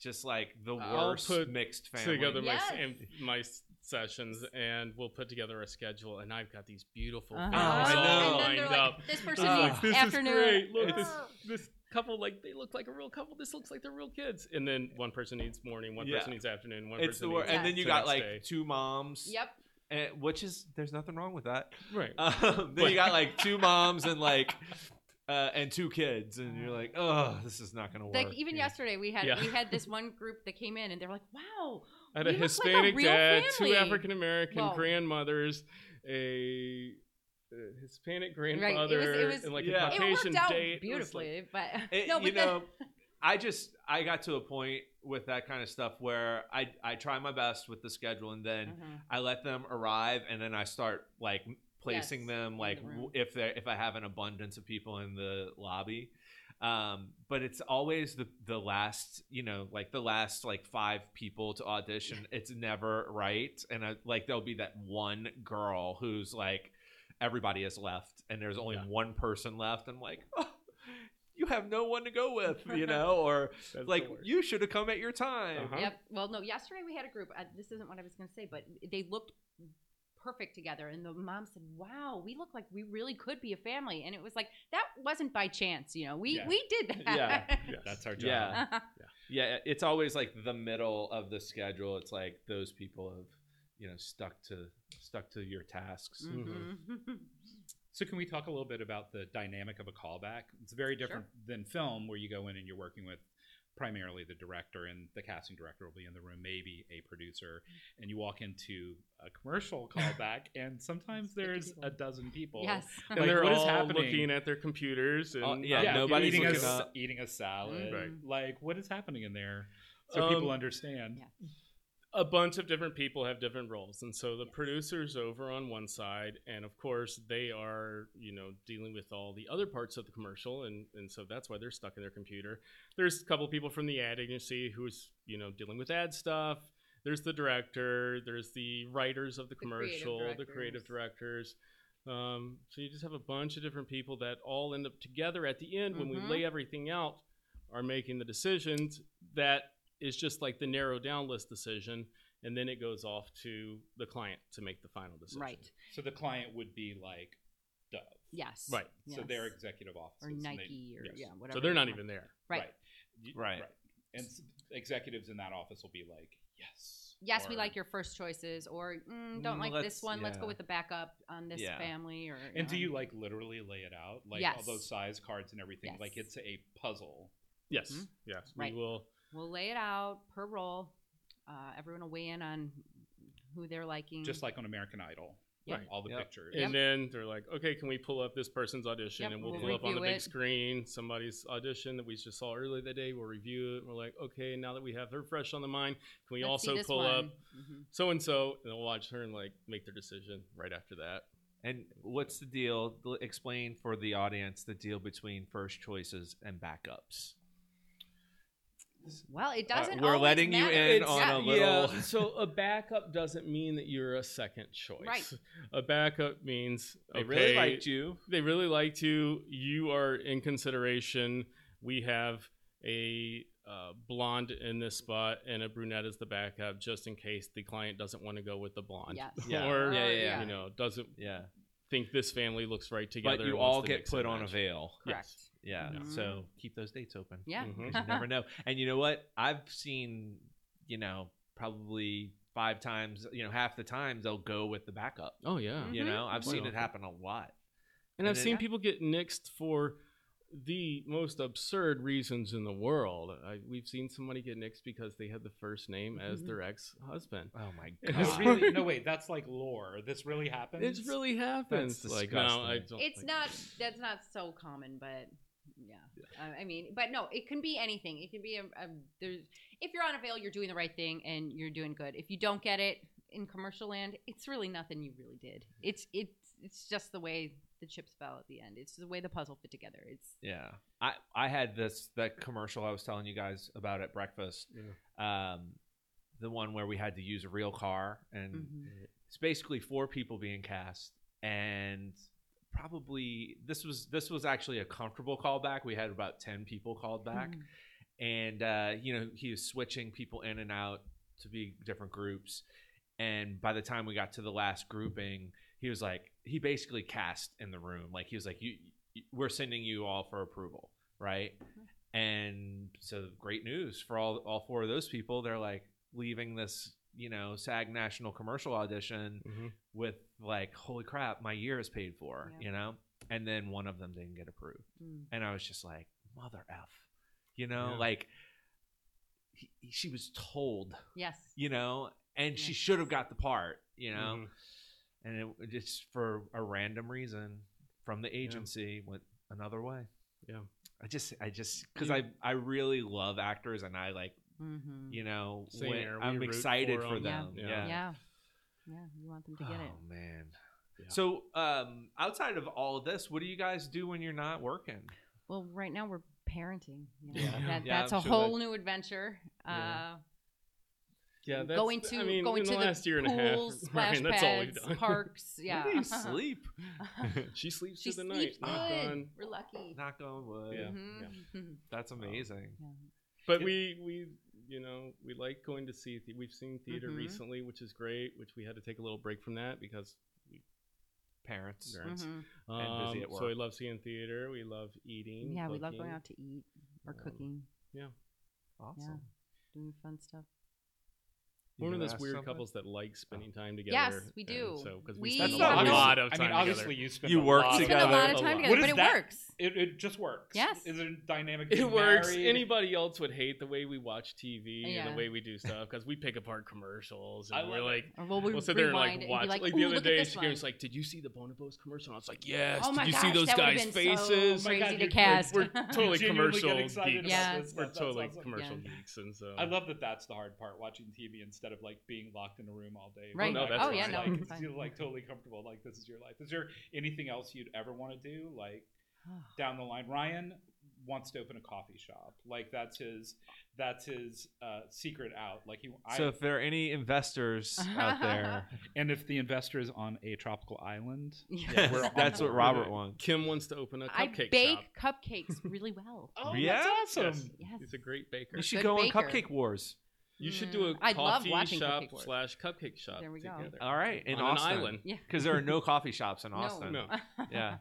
S1: just like the
S3: I'll
S1: worst
S3: put
S1: mixed family.
S3: together my,
S2: Yes.
S3: and my s- sessions and we'll put together a schedule and I've got these beautiful
S2: Uh-huh.
S3: things
S1: I know.
S3: all
S2: And then
S3: lined
S2: they're like,
S3: up.
S2: this
S3: It's
S2: person
S1: Ah.
S2: needs
S3: like, this
S2: afternoon.
S3: is great. Look, this,
S2: Ah.
S3: this couple, like, they look like a real couple. This looks like they're real kids. And then one person needs morning, one
S1: Yeah.
S3: person needs afternoon, one
S1: It's
S3: person
S1: the worst.
S3: needs
S1: And then you
S3: the
S1: got
S3: next
S1: like
S3: day.
S1: two moms.
S2: Yep.
S1: and- which is there's nothing wrong with that.
S3: Right.
S1: Um, then
S3: But-
S1: you got like two moms and like uh, and two kids, and you're like, oh, this is not gonna work.
S2: Like even
S1: you know?
S2: yesterday, we had
S3: Yeah.
S2: we had this one group that came in, and they're like, "Wow,
S3: I had
S2: we
S3: a
S2: look like a
S3: Hispanic
S2: real
S3: dad,
S2: family.
S3: two African American
S2: Well-
S3: grandmothers, a, a Hispanic grandfather,
S2: was-
S3: and like
S1: Yeah.
S3: a
S2: it
S3: Caucasian
S2: worked out
S3: date. It was, like,
S2: beautifully." but
S1: It-
S2: no, but
S1: you
S2: then-
S1: know, I just I got to a point with that kind of stuff where I I try my best with the schedule, and then
S2: Mhm.
S1: I let them arrive, and then I start like placing
S2: Yes,
S1: them
S2: in
S1: like
S2: the
S1: w-
S2: room.
S1: if they if I have an abundance of people in the lobby. Um, but it's always the the last, you know, like the last like five people to audition. It's never right, and I, like there'll be that one girl who's like everybody has left, and there's only
S3: Yeah.
S1: one person left. I'm like, oh, you have no one to go with, you know, or
S3: that's the
S1: like
S3: worst.
S1: you should have come at your time.
S3: Uh-huh.
S2: Yep. Well, no, yesterday we had a group. Uh, this isn't what I was going to say, but they looked perfect together. And the mom said, wow, we look like we really could be a family. And it was like, that wasn't by chance, you know, we,
S4: Yeah.
S2: we did that.
S3: Yes.
S4: that's our job.
S1: Yeah. Yeah, it's always like the middle of the schedule. It's like those people have, you know, stuck to stuck to your tasks.
S2: Mhm.
S4: So can we talk a little bit about the dynamic of a callback? It's very different than film where you go in and you're working with primarily the director and the casting director will be in the room, maybe a producer,
S2: Mm.
S4: and you walk into a commercial callback and sometimes there's
S2: people.
S4: a dozen people.
S2: Yes.
S3: And
S4: Like,
S3: they're
S4: what is
S3: all
S4: happening?
S3: looking at their computers. And uh,
S1: Oh, yeah,
S3: not
S4: Yeah,
S1: nobody's
S4: eating a,
S1: looking
S4: s-
S1: up.
S4: eating a salad.
S2: Mhm.
S4: Like what is happening in there? So
S3: Um,
S4: people understand.
S2: yeah.
S3: a bunch of different people have different roles and so the producers over on one side and of course they are you know dealing with all the other parts of the commercial and, and so that's why they're stuck in their computer there's a couple people from the ad agency who's you know dealing with ad stuff there's the director there's the writers of the
S2: creative
S3: commercial the creative
S2: directors.
S3: directors um, so you just have a bunch of different people that all end up together at the end when
S2: Mhm.
S3: we lay everything out are making the decisions that is just like the narrow down list decision and then it goes off to the client to make the final decision
S2: Right.
S4: So the client would be like Dove.
S2: Yes.
S3: Right.
S4: So
S2: Yes.
S4: they're executive officers.
S2: or
S4: and they-
S2: Nike or
S3: yes.
S2: yeah, whatever.
S3: so they're
S2: they
S3: not
S2: want.
S3: even there
S2: Right.
S4: You-
S1: Right.
S4: And s- executives in that office will be like, yes.
S2: Yes, we
S4: or-
S2: like your first choices, or mm, don't
S1: Mm,
S2: like
S1: let's-
S2: this one. Let's
S1: yeah.
S2: go with the backup on this
S1: Yeah.
S2: family. Or um,
S4: And do
S2: know.
S4: you like literally lay it out, like all
S2: Yes.
S4: those size cards and everything?
S2: Yes.
S4: Like it's a puzzle.
S3: yes
S2: Mhm.
S3: yes
S2: Right.
S3: we will
S2: We'll lay it out per role. Uh, everyone will weigh in on who they're liking.
S4: just like on American Idol.
S2: Yeah.
S4: All the
S1: Yep.
S4: pictures.
S3: and then they're like okay can we pull up this person's audition
S2: Yep,
S3: and we'll,
S2: we'll
S3: pull up on the
S2: review
S3: big
S2: it.
S3: screen somebody's audition that we just saw earlier that day we'll review it and we're like okay now that we have her fresh on the mind can we
S2: Let's see
S3: also
S2: this
S3: pull up
S2: one. Mhm.
S3: so and so and they'll watch her and like make their decision right after that
S1: And what's the deal? L- Explain for the audience the deal between first choices and backups.
S2: Well, it doesn't.
S1: we're
S2: always
S1: letting you
S2: matter.
S1: in on
S2: yeah.
S1: a little-
S3: Yeah, so a backup doesn't mean that you're a second choice.
S2: Right.
S3: A backup means
S1: They
S3: okay,
S1: really liked you.
S3: They really liked you. You are in consideration. We have a uh, blonde in this spot and a brunette as the backup, just in case the client doesn't want to go with the blonde.
S2: Yes.
S1: Yeah.
S3: Or
S2: Yeah, yeah,
S3: you
S2: yeah.
S3: know doesn't
S1: Yeah,
S3: think this family looks right together.
S1: but you
S3: and
S1: all
S3: wants to
S1: get
S3: mix and
S1: put on a
S3: match. Mm-hmm.
S1: veil.
S2: Correct.
S1: Yeah.
S2: Mhm.
S1: So keep those dates open.
S2: Yeah. Mm-hmm.
S3: Mhm.
S1: 'Cause You never know. And you know what? I've seen, you know, probably five times, you know, half the times they'll go with the backup.
S3: Oh yeah,
S1: You
S2: Mhm.
S1: know, I've seen
S3: Wow.
S1: it happen a lot.
S3: and I've
S1: And it-
S3: seen people get nixed for the most absurd reasons in the world. I, we've seen somebody get nixed because they had the first name as
S2: Mhm.
S3: their ex-husband.
S1: Oh my
S3: It's
S1: god.
S4: This really, no, wait, that's like lore. This really happens.
S3: It really happens. like no, I
S1: disgusting.
S3: don't
S2: It's
S3: think-
S2: not that's not so common, but yeah. I I mean, but no, it can be anything. It can be a, a there's if you're on a veil, you're doing the right thing and you're doing good. If you don't get it in commercial land, it's really nothing you really did. It's it's it's just the way the chips fell at the end. It's the way the puzzle fit together. It's
S1: Yeah. I I had this that commercial I was telling you guys about at breakfast.
S3: Yeah.
S1: Um the one where we had to use a real car and
S2: Mhm.
S1: it's basically four people being cast and probably this was this was actually a comfortable callback. We had about 10 people called back.
S2: Mhm.
S1: and uh, you know he was switching people in and out to be different groups and by the time we got to the last grouping he was like he basically cast in the room like he was like you, you we're sending you all for approval right and so great news for all all four of those people they're like leaving this you know sag national commercial audition
S3: Mhm.
S1: with like holy crap my year is paid for
S2: Yeah.
S1: you know and then one of them didn't get approved
S2: Mm.
S1: and I was just like, "Mother f," you know,
S3: Yeah.
S1: like he, he- she was told,
S2: Yes.
S1: you know, and she
S2: Yes.
S1: should have got the part, you know,
S3: Mhm.
S1: and it, it just for a random reason from the agency went another way.
S3: Yeah.
S1: I just, I just, because I, I really love actors, and I like,
S2: Mm-hmm.
S1: you know,
S3: Mm. Same
S1: when-
S3: here. We
S1: I'm
S3: root
S1: excited
S3: for
S1: for
S3: 'em.
S1: them.
S3: Yeah.
S1: yeah.
S2: yeah. Yeah, you want them to
S1: Oh
S2: get it.
S1: man.
S3: Yeah.
S1: So, um, outside of all of this, what do you guys do when you're not working?
S2: Well, right now we're parenting. You know?
S3: Yeah.
S2: That,
S1: Yeah,
S2: that's
S1: I'm
S2: a
S1: sure
S2: whole new adventure.
S3: Yeah.
S2: Uh,
S3: Yeah, that's,
S2: going to
S3: I mean,
S2: going
S3: in
S2: to
S3: the
S2: the
S3: last year and a half,
S2: pools,
S3: Ryan,
S2: splash
S3: that's all we've
S2: pads,
S3: done.
S2: parks. Yeah,
S1: Where do you sleep?
S3: she sleeps
S2: she
S3: through the
S2: sleeps
S3: night. knock
S2: good.
S3: on.
S2: We're lucky.
S1: Knock on wood.
S4: Yeah.
S2: Mhm.
S1: That's
S3: Um,
S1: amazing.
S3: But
S1: Yeah.
S3: we we you know we like going to see. The- we've seen theater
S2: Mhm.
S3: recently, which is great. Which we had to take a little break from that because
S1: Parents.
S3: parents.
S2: Mhm.
S1: And busy
S3: Um,
S1: at
S3: So we
S1: work.
S3: love seeing theater. We love eating.
S2: Yeah, we love going
S3: cooking.
S2: out to eat or
S3: Um,
S2: cooking,
S1: Awesome.
S2: doing fun stuff.
S1: You
S3: We're one of
S1: gonna
S3: those
S1: ask
S3: weird
S1: something?
S3: couples that like spending time together.
S2: Yes, we
S3: and
S2: do.
S3: So because
S2: We-
S3: we,
S4: That's
S3: spend
S4: not
S3: a
S2: obvious.
S3: lot of
S4: I
S3: time
S4: mean,
S3: together.
S4: obviously you spend
S1: You
S4: a
S1: work
S4: lot
S2: We spend a
S1: together.
S2: lot of
S3: A
S2: time
S3: lot.
S2: together,
S4: What
S2: but
S4: is
S2: it
S4: that?
S2: works.
S4: It, it just works.
S2: Yes.
S4: It's a dynamic.
S3: It
S4: being
S3: works.
S4: married.
S3: Anybody else would hate the way we watch TV and
S2: Yeah.
S3: the way we do stuff because we pick apart commercials and
S4: I
S3: we're
S4: love it.
S3: like,
S2: Or we'll,
S3: we
S2: we
S3: will sit there and
S2: rewind
S3: like
S2: be
S3: watch. Like,
S2: "Ooh,
S3: the other
S2: look at
S3: day,
S2: this
S3: she was
S2: one."
S3: like, "Did you see the Bonobos commercial?" I was like, "Yes."
S2: Oh my
S3: Did you
S2: gosh,
S3: see those
S2: that would've
S3: guys'
S2: been
S3: faces?
S2: So
S4: Oh my
S2: crazy
S4: God,
S2: to
S4: you're-
S2: cast.
S3: we're totally
S4: You genuinely get
S3: commercial
S4: excited about
S3: geeks.
S2: Yeah.
S4: this stuff.
S3: We're
S4: That's
S3: totally
S4: awesome.
S3: commercial
S2: Yeah.
S3: geeks, and so
S4: I love that. That's the hard part. Watching TV instead of like being locked in a room all day.
S2: Right.
S3: Oh, no,
S4: Like,
S3: that's
S4: it's
S3: fine. Oh, yeah, no,
S4: like,
S2: it's fine.
S4: You're like totally comfortable. Like this is your life. Is there anything else you'd ever want to do? Like down the line, Ryan wants to open a coffee shop. Like that's his. That's his uh, secret out. Like he.
S1: So
S4: I,
S1: if there are any investors out there,
S4: and if the investor is on a tropical island,
S2: Yeah.
S4: we're
S1: that's
S4: on
S1: what
S4: board.
S1: Robert wants.
S3: Kim wants to open a
S2: I
S3: cupcake
S2: bake
S3: shop.
S2: cupcakes really well.
S4: Oh,
S1: Yeah?
S4: that's awesome.
S3: Yes.
S2: Yes.
S3: He's a great baker.
S1: You should
S2: Good
S1: go on
S2: baker.
S1: Cupcake Wars.
S3: You should do a
S2: Mm. I love
S3: coffee
S2: watching
S3: shop
S2: Cupcake Wars.
S3: slash cupcake shop.
S2: There we go.
S3: together.
S1: All right, in
S3: on
S1: Austin,
S3: an island.
S2: Yeah.
S1: because there are no coffee shops in
S2: No.
S1: Austin.
S3: No.
S1: Yeah,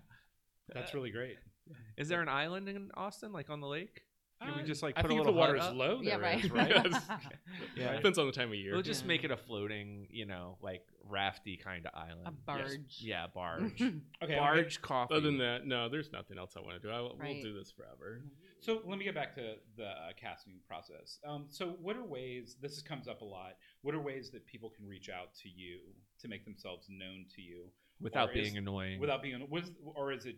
S4: That's really great.
S1: is there an island in Austin, like on the lake? Can we
S4: Uh,
S1: just like
S4: I
S1: put a
S4: think if
S1: little
S4: the water
S1: hut
S4: is
S1: up?
S4: low.
S2: Yeah,
S4: there
S2: right.
S4: is, right?
S1: Yeah.
S3: Depends on the time of year.
S1: We'll just
S2: Yeah.
S1: make it a floating, you know, like rafty kind of island.
S2: a barge.
S1: Yeah, barge.
S4: okay. I'm
S1: barge coffee.
S3: Other than that, no, there's nothing else I want to do. I, will
S2: Right.
S3: We'll do this forever.
S4: So let me get back to the uh, casting process. Um, so what are ways? This comes up a lot. What are ways that people can reach out to you to make themselves known to you
S1: without
S4: Or is-
S1: being annoying.
S4: without being, what is, or is it,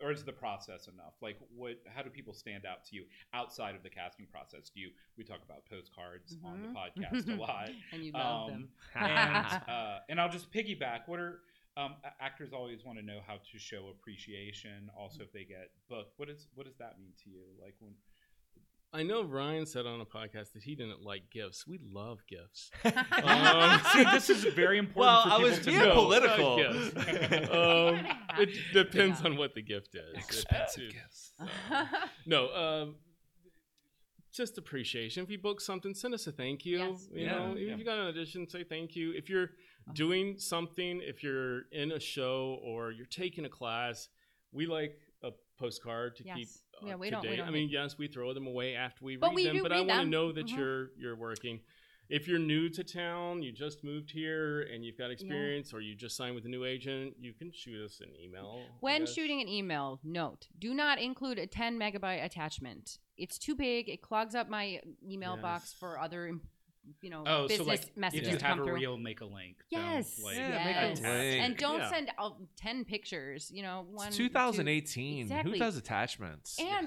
S4: or is the process enough? Like, what? How do people stand out to you outside of the casting process? Do you? We talk about postcards on the
S2: Mhm.
S4: podcast a lot.
S2: and you love
S4: Um,
S2: them.
S4: and uh, and I'll just piggyback. What are um, a- actors always want to know how to show appreciation?
S2: Mm-hmm.
S4: Also, if they get booked, what is what does that mean to you? Like when
S3: I know Ryan said on a podcast that he didn't like gifts. We love gifts.
S4: Um, see, this is very important.
S1: Well,
S4: for
S1: I
S4: people
S1: was
S4: to
S1: being
S4: know.
S1: political. Uh,
S3: Yes.
S2: What
S3: um,
S2: an ass.
S3: it depends
S2: Yeah.
S3: on what the gift is. If it's-
S4: Expensive gifts.
S3: No, um, just appreciation. If you book something, send us a thank you.
S2: Yes.
S3: You
S1: Yeah.
S3: know,
S4: Yeah.
S3: if you got an audition, say thank you. If you're doing something if you're in a show or you're taking a class we like a postcard to keep
S2: Yes.
S3: up
S2: Yeah, we
S3: uh, to
S2: don't- we
S3: date
S2: don't
S3: i mean
S2: need-
S3: yes we throw them away after we
S2: But
S3: read
S2: we
S3: them
S2: do
S3: but i
S2: read
S3: want to
S2: them.
S3: know that
S2: Mhm.
S3: you're you're working if you're new to town you just moved here and you've got experience or you just signed with a new agent you can shoot us an email I
S2: When
S3: guess.
S2: shooting an email, note do not include a 10 megabyte attachment. It's too big. It clogs up my email box
S3: Yes.
S2: for other, im- you know,
S4: Oh, so
S2: business
S4: like if
S2: messages
S4: you
S2: to
S4: have
S2: come
S4: a
S2: through.
S4: reel, make a link. Don't,
S2: Yes.
S4: like-
S1: Yeah, make a
S2: Yes.
S1: link.
S2: and don't
S3: Yeah.
S2: send all 10 pictures. You know, one
S1: It's
S2: two-
S1: 2018. Who
S2: Exactly.
S1: does attachments?
S2: And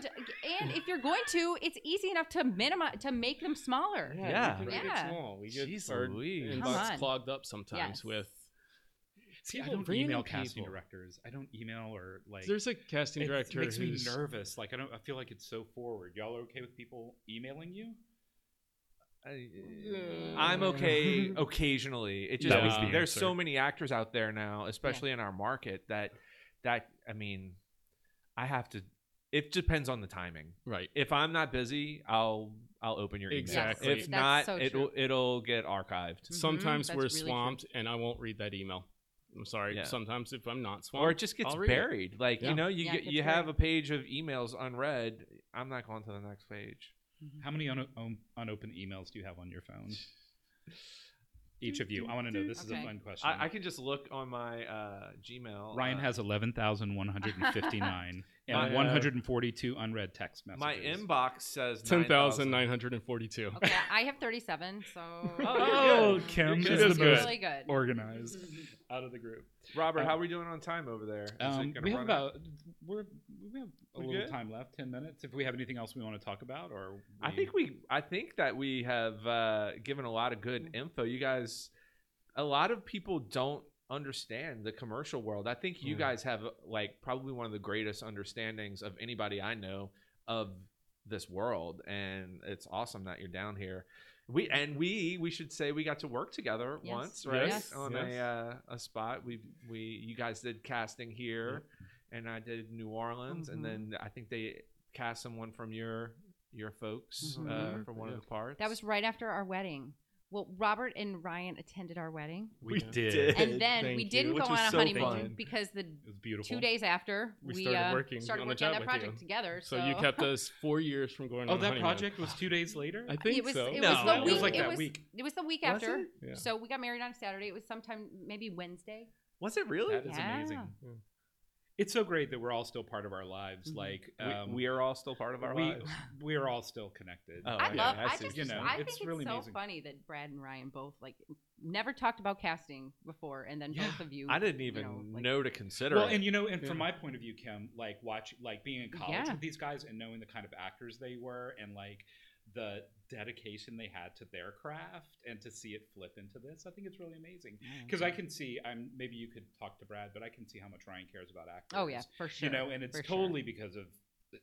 S2: and if you're going to, it's easy enough to minimize to make them smaller.
S1: Yeah.
S3: we can make it
S2: Yeah.
S3: small. We get
S1: Jeez
S3: our
S1: Louise.
S2: Come
S3: inbox
S2: on.
S3: clogged up sometimes
S2: Yes.
S3: with.
S4: See, I
S3: People
S4: don't
S3: bringing
S4: email
S3: in
S4: casting
S3: people.
S4: directors. I don't email or like.
S3: There's a casting
S4: it
S3: director
S4: makes me
S3: who's
S4: nervous. Like I don't. I feel like it's so forward. Y'all are okay with people emailing you?
S1: I- I'm okay occasionally. It just uh,
S3: That was the
S1: there's
S4: answer.
S1: so many actors out there now, especially in our market that that I mean, I have to. It depends on the timing.
S3: right.
S1: If I'm not busy, I'll I'll open your email.
S3: Exactly.
S1: If
S3: Yes,
S1: not,
S2: that's so
S1: it'll it'll get archived.
S2: Mhm,
S3: Sometimes
S2: that's
S3: we're
S2: really true.
S3: swamped, and I won't read that email. I'm sorry.
S1: Yeah.
S3: Sometimes if I'm not swamped,
S1: Or it just gets
S3: I'll read it.
S1: buried. Like
S3: Yeah.
S1: you know, you
S2: Yeah, it
S1: get
S2: gets
S1: you have a
S2: buried.
S1: page of emails unread. I'm not going to the next page.
S4: How many un- un- unopened emails do you have on your phone? Each of you. I want to know. This is a
S2: Okay.
S4: fun question.
S1: I, I can just look on my uh, Gmail.
S4: Ryan
S1: uh,
S4: has 11,159 and
S1: My, uh,
S4: 142 unread text messages.
S1: my inbox says
S3: ten
S1: 9,000.
S3: thousand nine hundred and forty-two.
S2: Okay, I have 37, so
S1: Oh,
S4: Oh, Kim
S3: You're good.
S4: is the
S3: That's good.
S4: most
S2: really good.
S4: organized out of the group.
S1: Robert,
S4: Um,
S1: how are we doing on time over there? Is it
S4: Um,
S1: gonna
S4: we have
S1: run out?
S4: about we're we have a
S1: We
S4: little
S1: good?
S4: time left, ten minutes. If we have anything else we want to talk about, or
S1: I think we. I think that we have uh, given a lot of good info. You guys, a lot of people don't understand the commercial world. I think you
S3: Yeah.
S1: guys have like probably one of the greatest understandings of anybody I know of this world, and it's awesome that you're down here. We and we we should say we got to work together
S2: Yes.
S1: once, right?
S3: Yes.
S1: On
S3: Yes.
S1: a uh, a spot. We we you guys did casting here, and I did New Orleans,
S2: Mhm.
S1: and then I think they cast someone from your your folks uh,
S3: Mhm.
S1: for one
S3: Yeah.
S1: of the parts.
S2: That was right after our wedding. Well, Robert and Ryan attended our wedding.
S3: We did.
S2: And then we
S3: Thank
S2: didn't
S3: you.
S2: go
S1: Which was
S2: on a
S1: so
S2: honeymoon
S1: fun.
S2: because the
S4: it was beautiful.
S2: two days after
S3: We
S2: we,
S3: started
S2: uh,
S3: working
S2: started
S3: on the
S2: working on
S3: job
S2: that
S3: with you.
S2: project together. So,
S3: So you kept us four years from going
S4: Oh,
S3: on a
S4: that
S3: honeymoon.
S4: project was two days later.
S3: I think
S2: it was
S3: so.
S2: it
S4: No,
S2: was the
S4: it was
S2: week
S4: like
S2: it
S4: that
S2: was
S4: week.
S2: it was the week
S1: Was
S2: after.
S1: it?
S3: Yeah.
S2: So we got married on Saturday. It was sometime maybe Wednesday.
S1: Was it really?
S4: That is
S2: Yeah.
S4: amazing.
S3: Yeah.
S4: It's so great that we're all still part of our lives.
S2: Mhm.
S4: Like
S1: Mm-hmm. We-
S4: um,
S1: we, are all still part of our
S4: we,
S1: lives.
S4: we are all still connected.
S1: Oh,
S2: I
S1: okay.
S2: love.
S1: I
S2: I
S1: see.
S2: just.
S4: You know,
S2: I think
S4: it's
S2: it's,
S4: really
S2: so
S4: amazing.
S2: funny that Brad and Ryan both like never talked about casting before, and then
S4: Yeah.
S2: both of you.
S1: I didn't even
S2: know,
S1: know,
S2: like-
S1: to consider
S4: Well,
S1: it.
S4: and you know, and from
S3: Yeah.
S4: my point of view, Kim, like watch, like being in college
S2: Yeah.
S4: with these guys and knowing the kind of actors they were, and like the dedication they had to their craft, and to see it flip into this, I think it's really amazing. Because I can see, I'm maybe you could talk to Brad, but I can see how much Ryan cares about actors.
S2: Oh yeah, for sure.
S4: you know, and it's
S2: for sure.
S4: totally because of uh,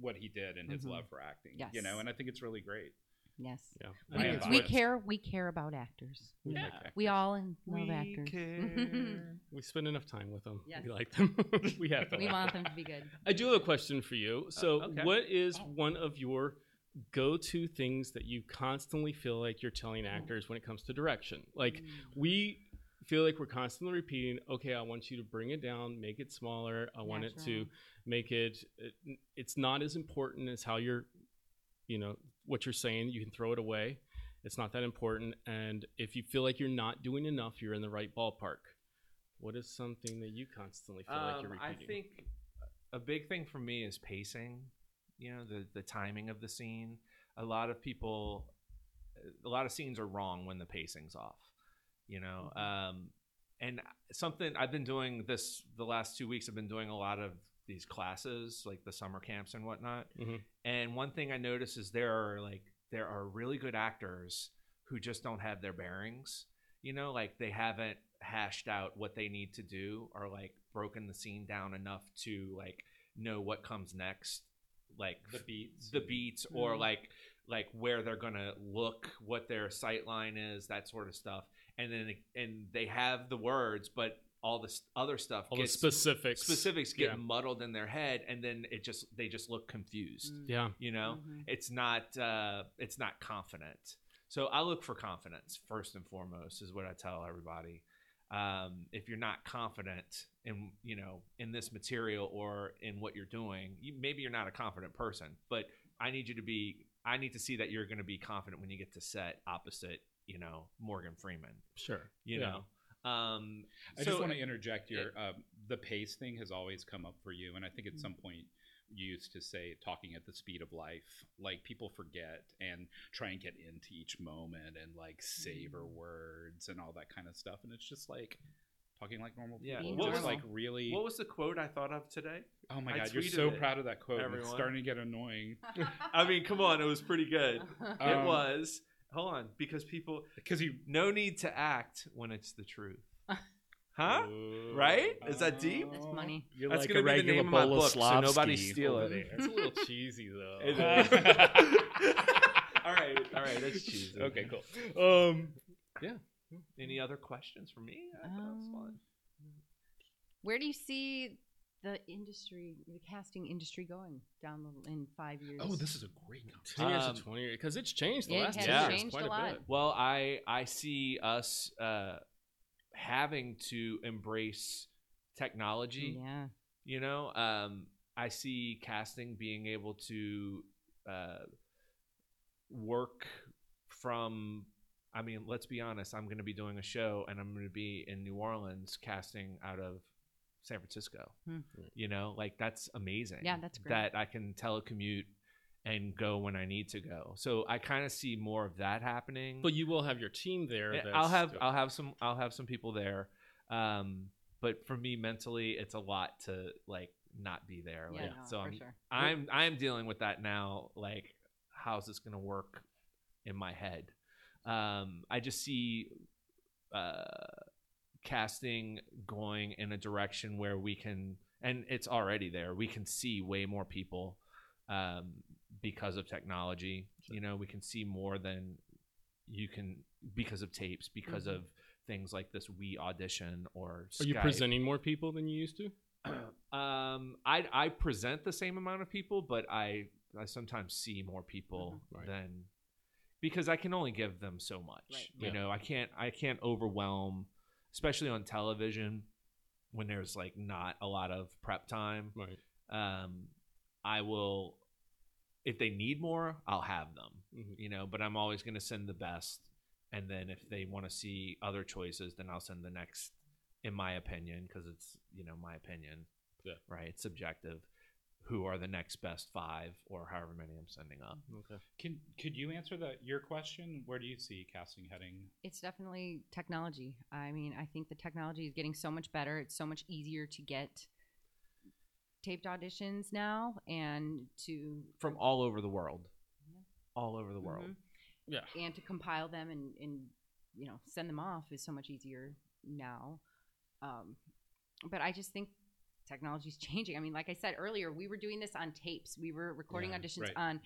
S4: what he did and his
S2: Mhm.
S4: love for acting. You
S2: Yes.
S4: know, and I think it's really great.
S2: Yes.
S3: Yeah.
S4: I
S2: We,
S4: am
S2: we
S4: biased.
S2: care. We care about actors.
S3: We,
S4: Yeah.
S3: like that.
S2: We all in- love
S1: we
S2: actors.
S1: care.
S3: we spend enough time with them.
S2: Yes.
S3: We like them. we have to.
S2: we
S3: like
S2: want them to be good.
S3: I do have a question for you. So,
S1: okay.
S3: what is
S4: Uh, Oh.
S3: one of your go-to things that you constantly feel like you're
S4: Hmm.
S3: telling actors when it comes to direction? Like
S2: Mm.
S3: we feel like we're constantly repeating, "Okay, I want you to bring it down, make it smaller. I want it to
S2: Natural.
S3: make it, it it's not as important as how you're you know, what you're saying, you can throw it away. It's not that important and if you feel like you're not doing enough, you're in the right ballpark. What is something that you constantly feel like you're
S1: Um, I
S3: repeating?
S1: think a big thing for me is pacing. You know, the the timing of the scene. A lot of people, a lot of scenes are wrong when the pacing's off. You know,
S2: Mm-hmm.
S1: um, and something I've been doing this the last two weeks. I've been doing a lot of these classes, like the summer camps and whatnot.
S3: Mhm.
S1: And one thing I notice is there are like there are really good actors who just don't have their bearings. You know, like they haven't hashed out what they need to do or like broken the scene down enough to like know what comes next, like
S4: The beats,
S1: the beats or
S2: Mhm.
S3: Mm-hmm.
S1: like like where they're gonna look, what their sight line is, that sort of stuff. And then and they have the words, but all this other stuff
S3: all the
S1: gets
S3: specifics.
S1: specifics get
S3: yeah.
S1: muddled in their head, and then it just they just look confused.
S2: Mm.
S3: Yeah.
S1: You know,
S2: Mhm.
S1: it's not uh, it's not confident. So I look for confidence first and foremost is what I tell everybody. um, if you're not confident in you know in this material or in what you're doing you, maybe you're not a confident person but i need you to be i need to see that you're going to be confident when you get to set opposite you know morgan freeman
S3: Sure.
S1: you
S3: Yeah.
S1: know um
S4: I
S1: so-
S4: just want to interject here. Um, the pace thing has always come up for you, and I think
S1: Mm-hmm.
S4: at some point you used to say talking at the speed of life. Like people forget and try and get into each moment and like savor
S1: Mm.
S4: words and all that kind of stuff. And it's just like talking like normal
S1: Yeah.
S4: people.
S2: What
S4: What was
S2: was-
S4: like really?
S1: what was the quote i thought of today
S4: oh my
S1: I
S4: god, you're
S1: tweeted
S4: so
S1: it,
S4: proud of that quote. and It's
S1: everyone.
S4: starting to get annoying
S2: Uh,
S1: i mean come on it was pretty good it
S4: Um,
S1: was hold on because people
S4: because you.
S1: no need to act when it's the truth huh Right? Is that deep?
S2: That's funny.
S3: You're
S1: That's gonna be the name of my book, so nobody steal
S3: over
S1: it.
S3: there. It's a little cheesy though.
S1: It
S4: is.
S1: all right all right that's cheesy
S4: Okay, cool.
S3: Um,
S1: any other questions for me I thought it was
S2: Um,
S1: fun.
S2: Where do you see the industry, the casting industry, going down the, in five years?
S4: Oh, this is a great conversation.
S3: ten years
S1: Um,
S3: to twenty years because it's changed the
S2: it
S3: last
S1: has
S3: ten years
S2: changed
S3: quite a,
S2: a lot.
S3: bit.
S1: Well, I I see us uh, having to embrace technology.
S2: yeah.
S1: You know, um, I see casting being able to uh, work from. I mean, let's be honest. I'm going to be doing a show, and I'm going to be in New Orleans casting out of San Francisco.
S2: Hmm.
S1: You know, like that's amazing.
S2: Yeah, that's great.
S1: That I can telecommute and go when I need to go. So I kind of see more of that happening.
S3: But you will have your team there.
S1: Yeah,
S3: That's
S1: I'll have
S3: doing-
S1: I'll have some I'll have some people there. Um, but for me mentally, it's a lot to like not be there.
S2: Yeah,
S1: Like,
S2: no,
S1: so um,
S2: for
S1: I'm
S2: sure.
S1: I'm I'm dealing with that now. Like, how's this gonna work in my head? Um, I just see uh, casting going in a direction where we can, and it's already there. We can see way more people um, because of technology. You know, we can see more than you can because of tapes, because
S2: Mhm.
S1: of things like this. We audition or
S3: Are you
S1: Skype.
S3: presenting more people than you used to?
S1: Um, I I present the same amount of people, but I I sometimes see more people
S3: Mhm. Right.
S1: than because I can only give them so much.
S2: Right.
S1: You
S3: Yeah.
S1: know, I can't I can't overwhelm, especially on television when there's like not a lot of prep time.
S3: Right.
S1: Um, I will if they need more, I'll have them.
S3: Mhm.
S1: You know, but I'm always going to send the best, and then if they want to see other choices, then I'll send the next in my opinion, because it's you know my opinion,
S3: Yeah.
S1: right? It's subjective. Who are the next best five, or however many I'm sending up?
S3: Okay.
S4: Can could you answer that your question? Where do you see casting heading?
S2: It's definitely technology. I mean, I think the technology is getting so much better. It's so much easier to get taped auditions now and to
S1: From all over the world,
S2: Yeah.
S1: all over the world.
S3: Mm-hmm.
S2: Mhm.
S3: Yeah.
S2: and to compile them and, and you know send them off is so much easier now um, but i just think technology's changing i mean like i said earlier we were doing this on tapes we were recording
S3: Yeah,
S2: auditions
S4: right.
S2: on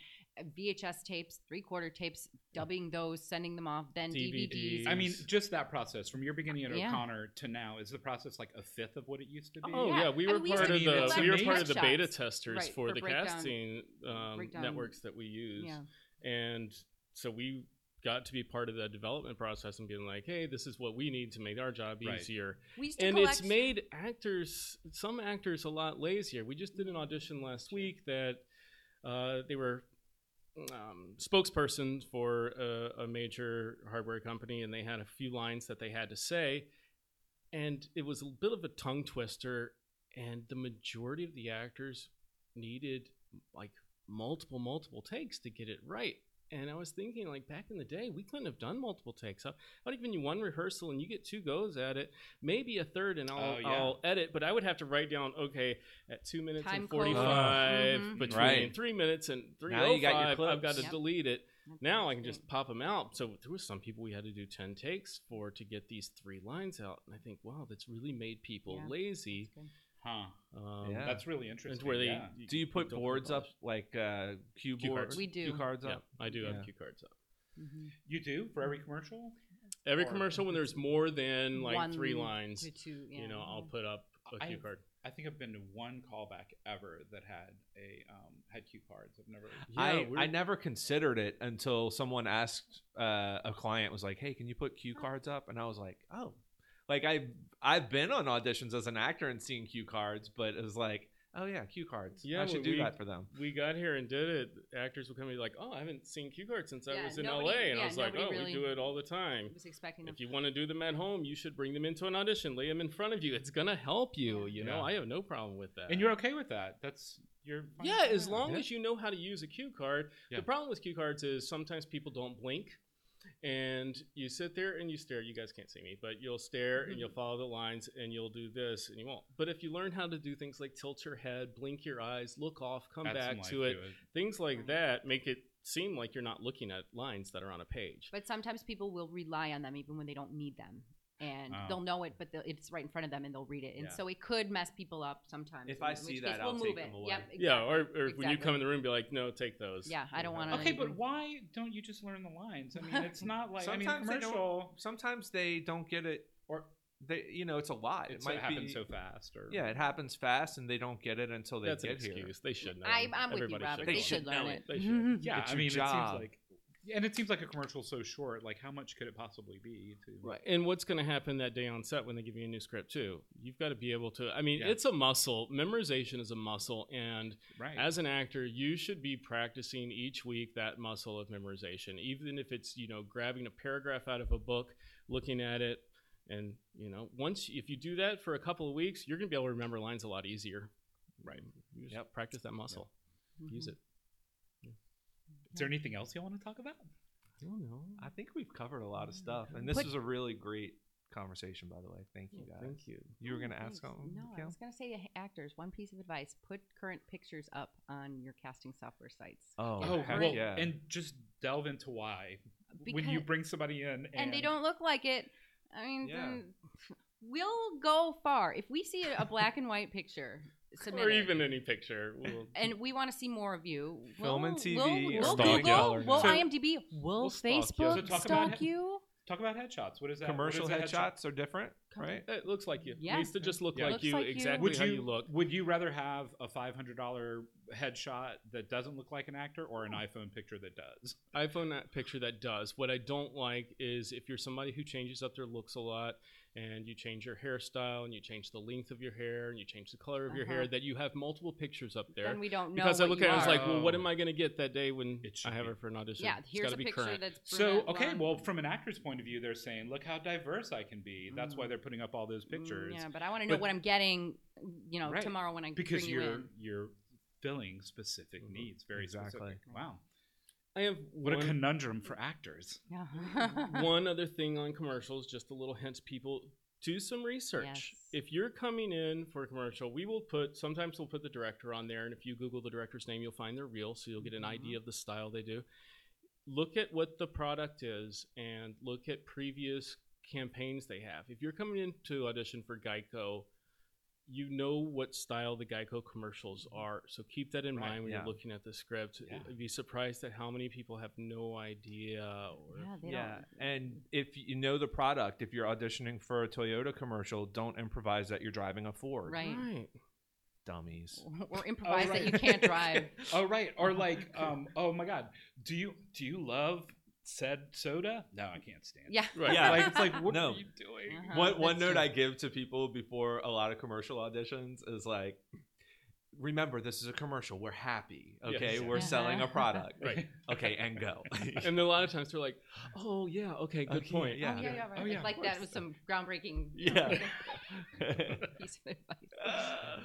S2: vhs tapes three quarter tapes dubbing those sending them off then dvds,
S3: DVDs.
S4: I mean, just that process from your beginning at
S2: Yeah.
S4: O'Connor to now is the process like a fifth of what it used to be?
S3: Oh
S2: Yeah.
S3: yeah, we
S2: I
S3: were
S2: mean, we
S3: part of
S4: used to do
S3: the
S4: like
S3: we were part of the
S2: breakdown.
S3: beta testers
S2: Right,
S3: for,
S2: for
S3: the
S2: breakdown-
S3: casting um,
S2: breakdown.
S3: networks that we use,
S2: yeah
S3: and so we got to be part of the development process and being like, hey, this is what we need to make our job
S4: Right.
S3: easier,
S2: we used to
S3: and
S2: collect
S3: it's made actors some actors a lot lazier. We just did an audition last week that uh, they were. Um, spokesperson for a, a major hardware company, and they had a few lines that they had to say, and it was a bit of a tongue twister and the majority of the actors needed like multiple multiple takes to get it right and i was thinking like back in the day we couldn't have done multiple takes i would have given you one rehearsal and you get two goes at it maybe a third and i'll,
S4: Oh, yeah.
S3: I'll edit but i would have to write down okay at two minutes
S2: Time
S3: and
S2: code.
S3: 45
S2: Mhm.
S3: between
S1: Mm-hmm. Right.
S3: three minutes and
S1: Now you got your
S3: 305 i've got
S1: clips.
S3: to
S2: Yep.
S3: delete it
S2: That's
S3: now
S2: what
S3: I
S2: it
S3: can
S2: is.
S3: just pop them out. So there were some people we had to do ten takes for to get these three lines out, and I think wow, that's really made people
S2: Yeah.
S3: lazy.
S2: That's good.
S4: Huh.
S3: Um,
S1: Yeah.
S4: That's really
S3: and
S4: interesting.
S3: where they
S4: yeah.
S1: Do you put
S3: don't
S1: boards up
S3: publish.
S1: like uh, cue
S3: Cue
S1: boards?
S3: cards.
S2: We do.
S1: Cue cards
S3: Yeah,
S1: up.
S3: I do
S1: Yeah.
S3: have cue cards up.
S2: Mhm.
S4: You do for every commercial?
S3: Every
S4: Or-
S3: commercial when there's more than like
S2: One
S3: three lines,
S2: to two, yeah.
S3: you know, I'll put up a
S4: I-
S3: cue card.
S4: I think I've been to one callback ever that had a um, had cue cards. I've never.
S1: I,
S3: we're-
S1: I never considered it until someone asked uh, a client was like, "Hey, can you put cue cards up?" And I was like, "Oh, Like I I've been on auditions as an actor and seen cue cards, but it was like, oh yeah, cue cards.
S3: Yeah,
S1: I should
S3: well,
S1: do
S3: we-
S1: that for them.
S3: we got here and did it. Actors would come and be like, "Oh, I haven't seen cue cards since I
S2: Yeah,
S3: was in
S2: nobody-
S3: LA," and
S2: yeah,
S3: I was like,
S2: nobody
S3: "Oh,
S2: really-
S3: we do it all the time."
S2: Mm-hmm. I was expecting them.
S3: If you want to do them at home, you should bring them into an audition, lay them in front of you. It's gonna help you. You know,
S4: Yeah.
S3: I have no problem with that.
S4: And you're okay with that. That's you're fine
S3: yeah,
S4: with
S3: as
S4: that.
S3: long
S1: Yeah.
S3: as you know how to use a cue card.
S4: Yeah.
S3: The problem with cue cards is sometimes people don't blink, and you sit there and you stare. You guys can't see me, but you'll stare and
S2: Mm-hmm.
S3: you'll follow the lines and you'll do this and you won't. But if you learn how to do things like tilt your head, blink your eyes, look off, come
S4: Add some
S3: back
S4: life
S3: to it, things
S2: Right.
S3: like that make it seem like you're not looking at lines that are on a page.
S2: But sometimes people will rely on them even when they don't need them. And
S4: Oh.
S2: they'll know it, but they'll- it's right in front of them, and they'll read it, and
S1: Yeah.
S2: so it could mess people up sometimes.
S1: If
S2: in
S1: I
S2: which
S1: see
S2: case
S1: that,
S2: we'll
S1: I'll
S2: move
S1: take
S2: it.
S1: them away.
S2: Yep,
S3: Yeah, or, or when you
S2: Exactly.
S3: come in the room, be like, no, take those.
S2: Yeah, I don't
S3: Yeah.
S2: wanna-
S4: Okay, but
S2: Mhm.
S4: why don't you just learn the lines? I mean, it's not like I mean
S1: Sometimes they don't-
S4: commercial
S1: Sometimes they don't get it or they you know, it's a lot.
S4: it
S1: it might
S4: happen
S1: be
S4: uh, so fast or
S1: Yeah, it happens fast and they don't get it until they
S3: That's an
S1: get
S3: excuse.
S1: here.
S3: They should know. Mm-hmm.
S2: I'm, I'm with you,
S3: Everybody
S1: know
S2: Robert. They
S1: it.
S2: should
S1: They
S2: learn
S1: should
S2: it. Mm-hmm.
S3: They should.
S4: Yeah,
S1: It's
S4: I
S1: your
S4: mean, it
S1: job.
S4: seems like, and it seems like a commercial's so short. Like, how much could it possibly be? To
S3: Right. And what's going to happen that day on set when they give you a new script, too? You've got to be able to. I mean,
S4: Yeah.
S3: it's a muscle. Memorization is a muscle. And
S4: right.
S3: as an actor, you should be practicing each week that muscle of memorization, even if it's, you know, grabbing a paragraph out of a book, looking at it. And, you know, once if you do that for a couple of weeks, you're going to be able to remember lines a lot easier. Right. You just
S1: Yep.
S3: practice that muscle,
S2: Mm-hmm.
S3: use it.
S4: Is there anything else you want to talk about?
S3: I don't know.
S1: I think we've covered a lot of stuff. And this
S2: Put-
S1: was a really great conversation, by the way. Thank you guys.
S3: Thank you.
S1: You were gonna
S2: Oh,
S1: ask
S2: thanks.
S1: something?
S2: No, I
S1: Mikhail?
S2: was gonna say to h- actors, one piece of advice: put current pictures up on your casting software sites.
S1: Oh,
S2: Oh,
S1: heck
S2: well,
S1: yeah.
S4: and just delve into why when you
S2: Because-
S4: bring somebody in and,
S2: and they don't look like it. I mean,
S1: Yeah.
S2: then we'll go far if we see a black and white picture. submitted,
S3: Or even any picture. We'll,
S2: and we want to see more of you.
S1: Film
S2: we'll,
S1: and TV
S2: We'll,
S1: or
S2: we'll
S1: stalk
S2: Google.
S1: gallery.
S2: We'll
S4: So-
S2: IMDb. We'll,
S3: We'll stalk you.
S2: Facebook
S4: So talk about
S2: stalk
S4: it.
S2: you.
S4: talk about headshots. What is that?
S1: Commercial
S4: what is a headshot?
S1: headshots are different,
S2: Come
S1: right?
S3: it looks like you.
S2: Yeah.
S3: Needs to just look
S4: Yeah.
S3: like
S2: Looks
S3: you
S2: like you.
S3: exactly
S4: Would
S3: how
S4: you,
S3: you look.
S4: Would you rather have a five hundred dollar headshot that doesn't look like an actor or
S2: Oh.
S4: an iPhone picture that does?
S3: iPhone that picture that does. What I don't like is if you're somebody who changes up their looks a lot and you change your hairstyle and you change the length of your hair and you change the color of your hair,
S2: Uh-huh.
S3: that you have multiple pictures up there.
S2: Then we don't know.
S3: because I
S2: what
S3: look
S2: you
S3: at it and
S2: are.
S3: it's like, well, what
S4: Oh.
S3: am I going to get that day when
S4: It should
S3: I have
S4: be.
S3: her for an audition?
S2: yeah,
S3: It's
S2: here's
S3: gotta
S2: a
S3: be
S2: picture
S3: current.
S2: that's
S4: So
S2: brunette,
S4: okay,
S2: blonde.
S4: well, from an actor's point of view, they're saying, "Look how diverse I can be." That's why
S2: Mm.
S4: they're putting up all those
S2: Mm,
S4: pictures
S2: Yeah, but I want to know
S4: But-
S2: what I'm getting. You know,
S4: Right.
S2: tomorrow when I
S4: because
S2: bring you
S4: you're
S2: in.
S4: you're filling specific
S1: Mhm.
S4: needs, very specific.
S1: Exactly.
S4: Wow, Mm-hmm.
S3: I have
S4: what a
S3: one-
S4: conundrum for actors.
S2: Yeah.
S3: one other thing on commercials, just a little hint to people do some research.
S2: Yes.
S3: If you're coming in for a commercial, we will put sometimes we'll put the director on there, and if you Google the director's name, you'll find their reel, so you'll get an
S2: Mhm.
S3: idea of the style they do. Look at what the product is and look at previous campaigns they have. If you're coming in to audition for Geico, you know what style the Geico commercials are, so keep that in
S4: Right,
S3: mind when
S1: yeah.
S3: you're looking at the script.
S4: Yeah.
S3: You'd be surprised at how many people have no idea or
S2: Yeah, they
S1: yeah.
S2: don't.
S1: And if you know the product, if you're auditioning for a Toyota commercial, don't improvise that you're driving a Ford.
S2: Right.
S3: right.
S1: Dummies.
S2: or improvise
S4: right.
S2: that you can't drive.
S4: Oh right, or like, um, oh my God, do you do you love said soda? No, I can't stand.
S2: Yeah.
S3: Right.
S1: Yeah.
S4: it. like it's like what
S1: No.
S4: are you doing?
S2: Uh-huh.
S1: One one
S2: That's
S1: note
S2: true.
S1: I give to people before a lot of commercial auditions is like remember this is a commercial. We're happy. Okay.
S3: Yes.
S1: We're selling a
S2: Uh-huh.
S1: product.
S3: Right.
S1: Okay, and go.
S3: and a lot of times they're like, "Oh yeah, okay, good
S1: Okay,
S3: point."
S1: Yeah.
S2: Oh, yeah, yeah, right.
S4: Oh, yeah, of
S2: like that
S4: course.
S2: was some groundbreaking
S1: Yeah.
S2: piece of advice.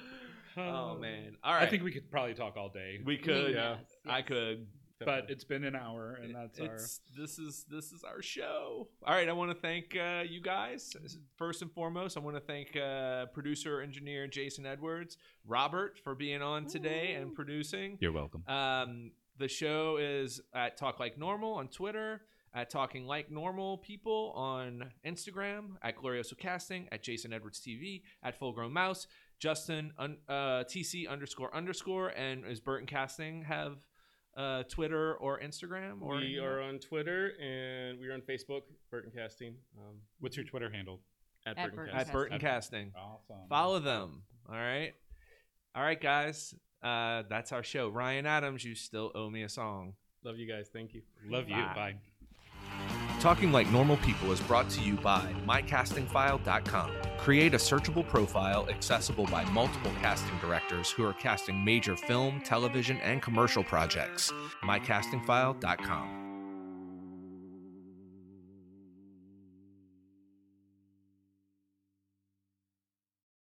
S1: oh
S4: Um,
S1: man. All right.
S4: I think we could probably talk all day,
S1: we
S2: I mean,
S1: could
S2: yes,
S1: I
S2: yes.
S1: could
S4: but it's been an hour, and that's our.
S1: it's, this is this is our show. All right, I want to thank uh, you guys first and foremost. I want to thank uh, producer engineer Jason Edwards, Robert for being on today and
S2: Woo.
S1: producing.
S4: You're welcome.
S1: Um, the show is at Talk Like Normal on Twitter, at Talking Like Normal People on Instagram, at Glorioso Casting, at Jason Edwards TV, at Full Grown Mouse, Justin un, uh, TC underscore underscore, and is Burton Casting have uh, Twitter or Instagram? Or
S3: We are on Twitter and we are on Facebook, Burton Casting, um,
S4: What's your Twitter handle?
S3: at,
S2: At
S3: Burton
S2: Burton
S1: at
S3: Casting.
S1: Burton Casting.
S4: Awesome.
S1: Follow them. All right. All right, guys. Uh, that's our show. Ryan Adams, you still owe me a song.
S3: Love you guys. Thank you.
S4: Love you.
S1: Bye.
S4: Bye.
S1: Talking Like Normal People is brought to you by MyCastingFile.com. Create a searchable profile accessible by multiple casting directors who are casting major film, television, and commercial projects. MyCastingFile.com.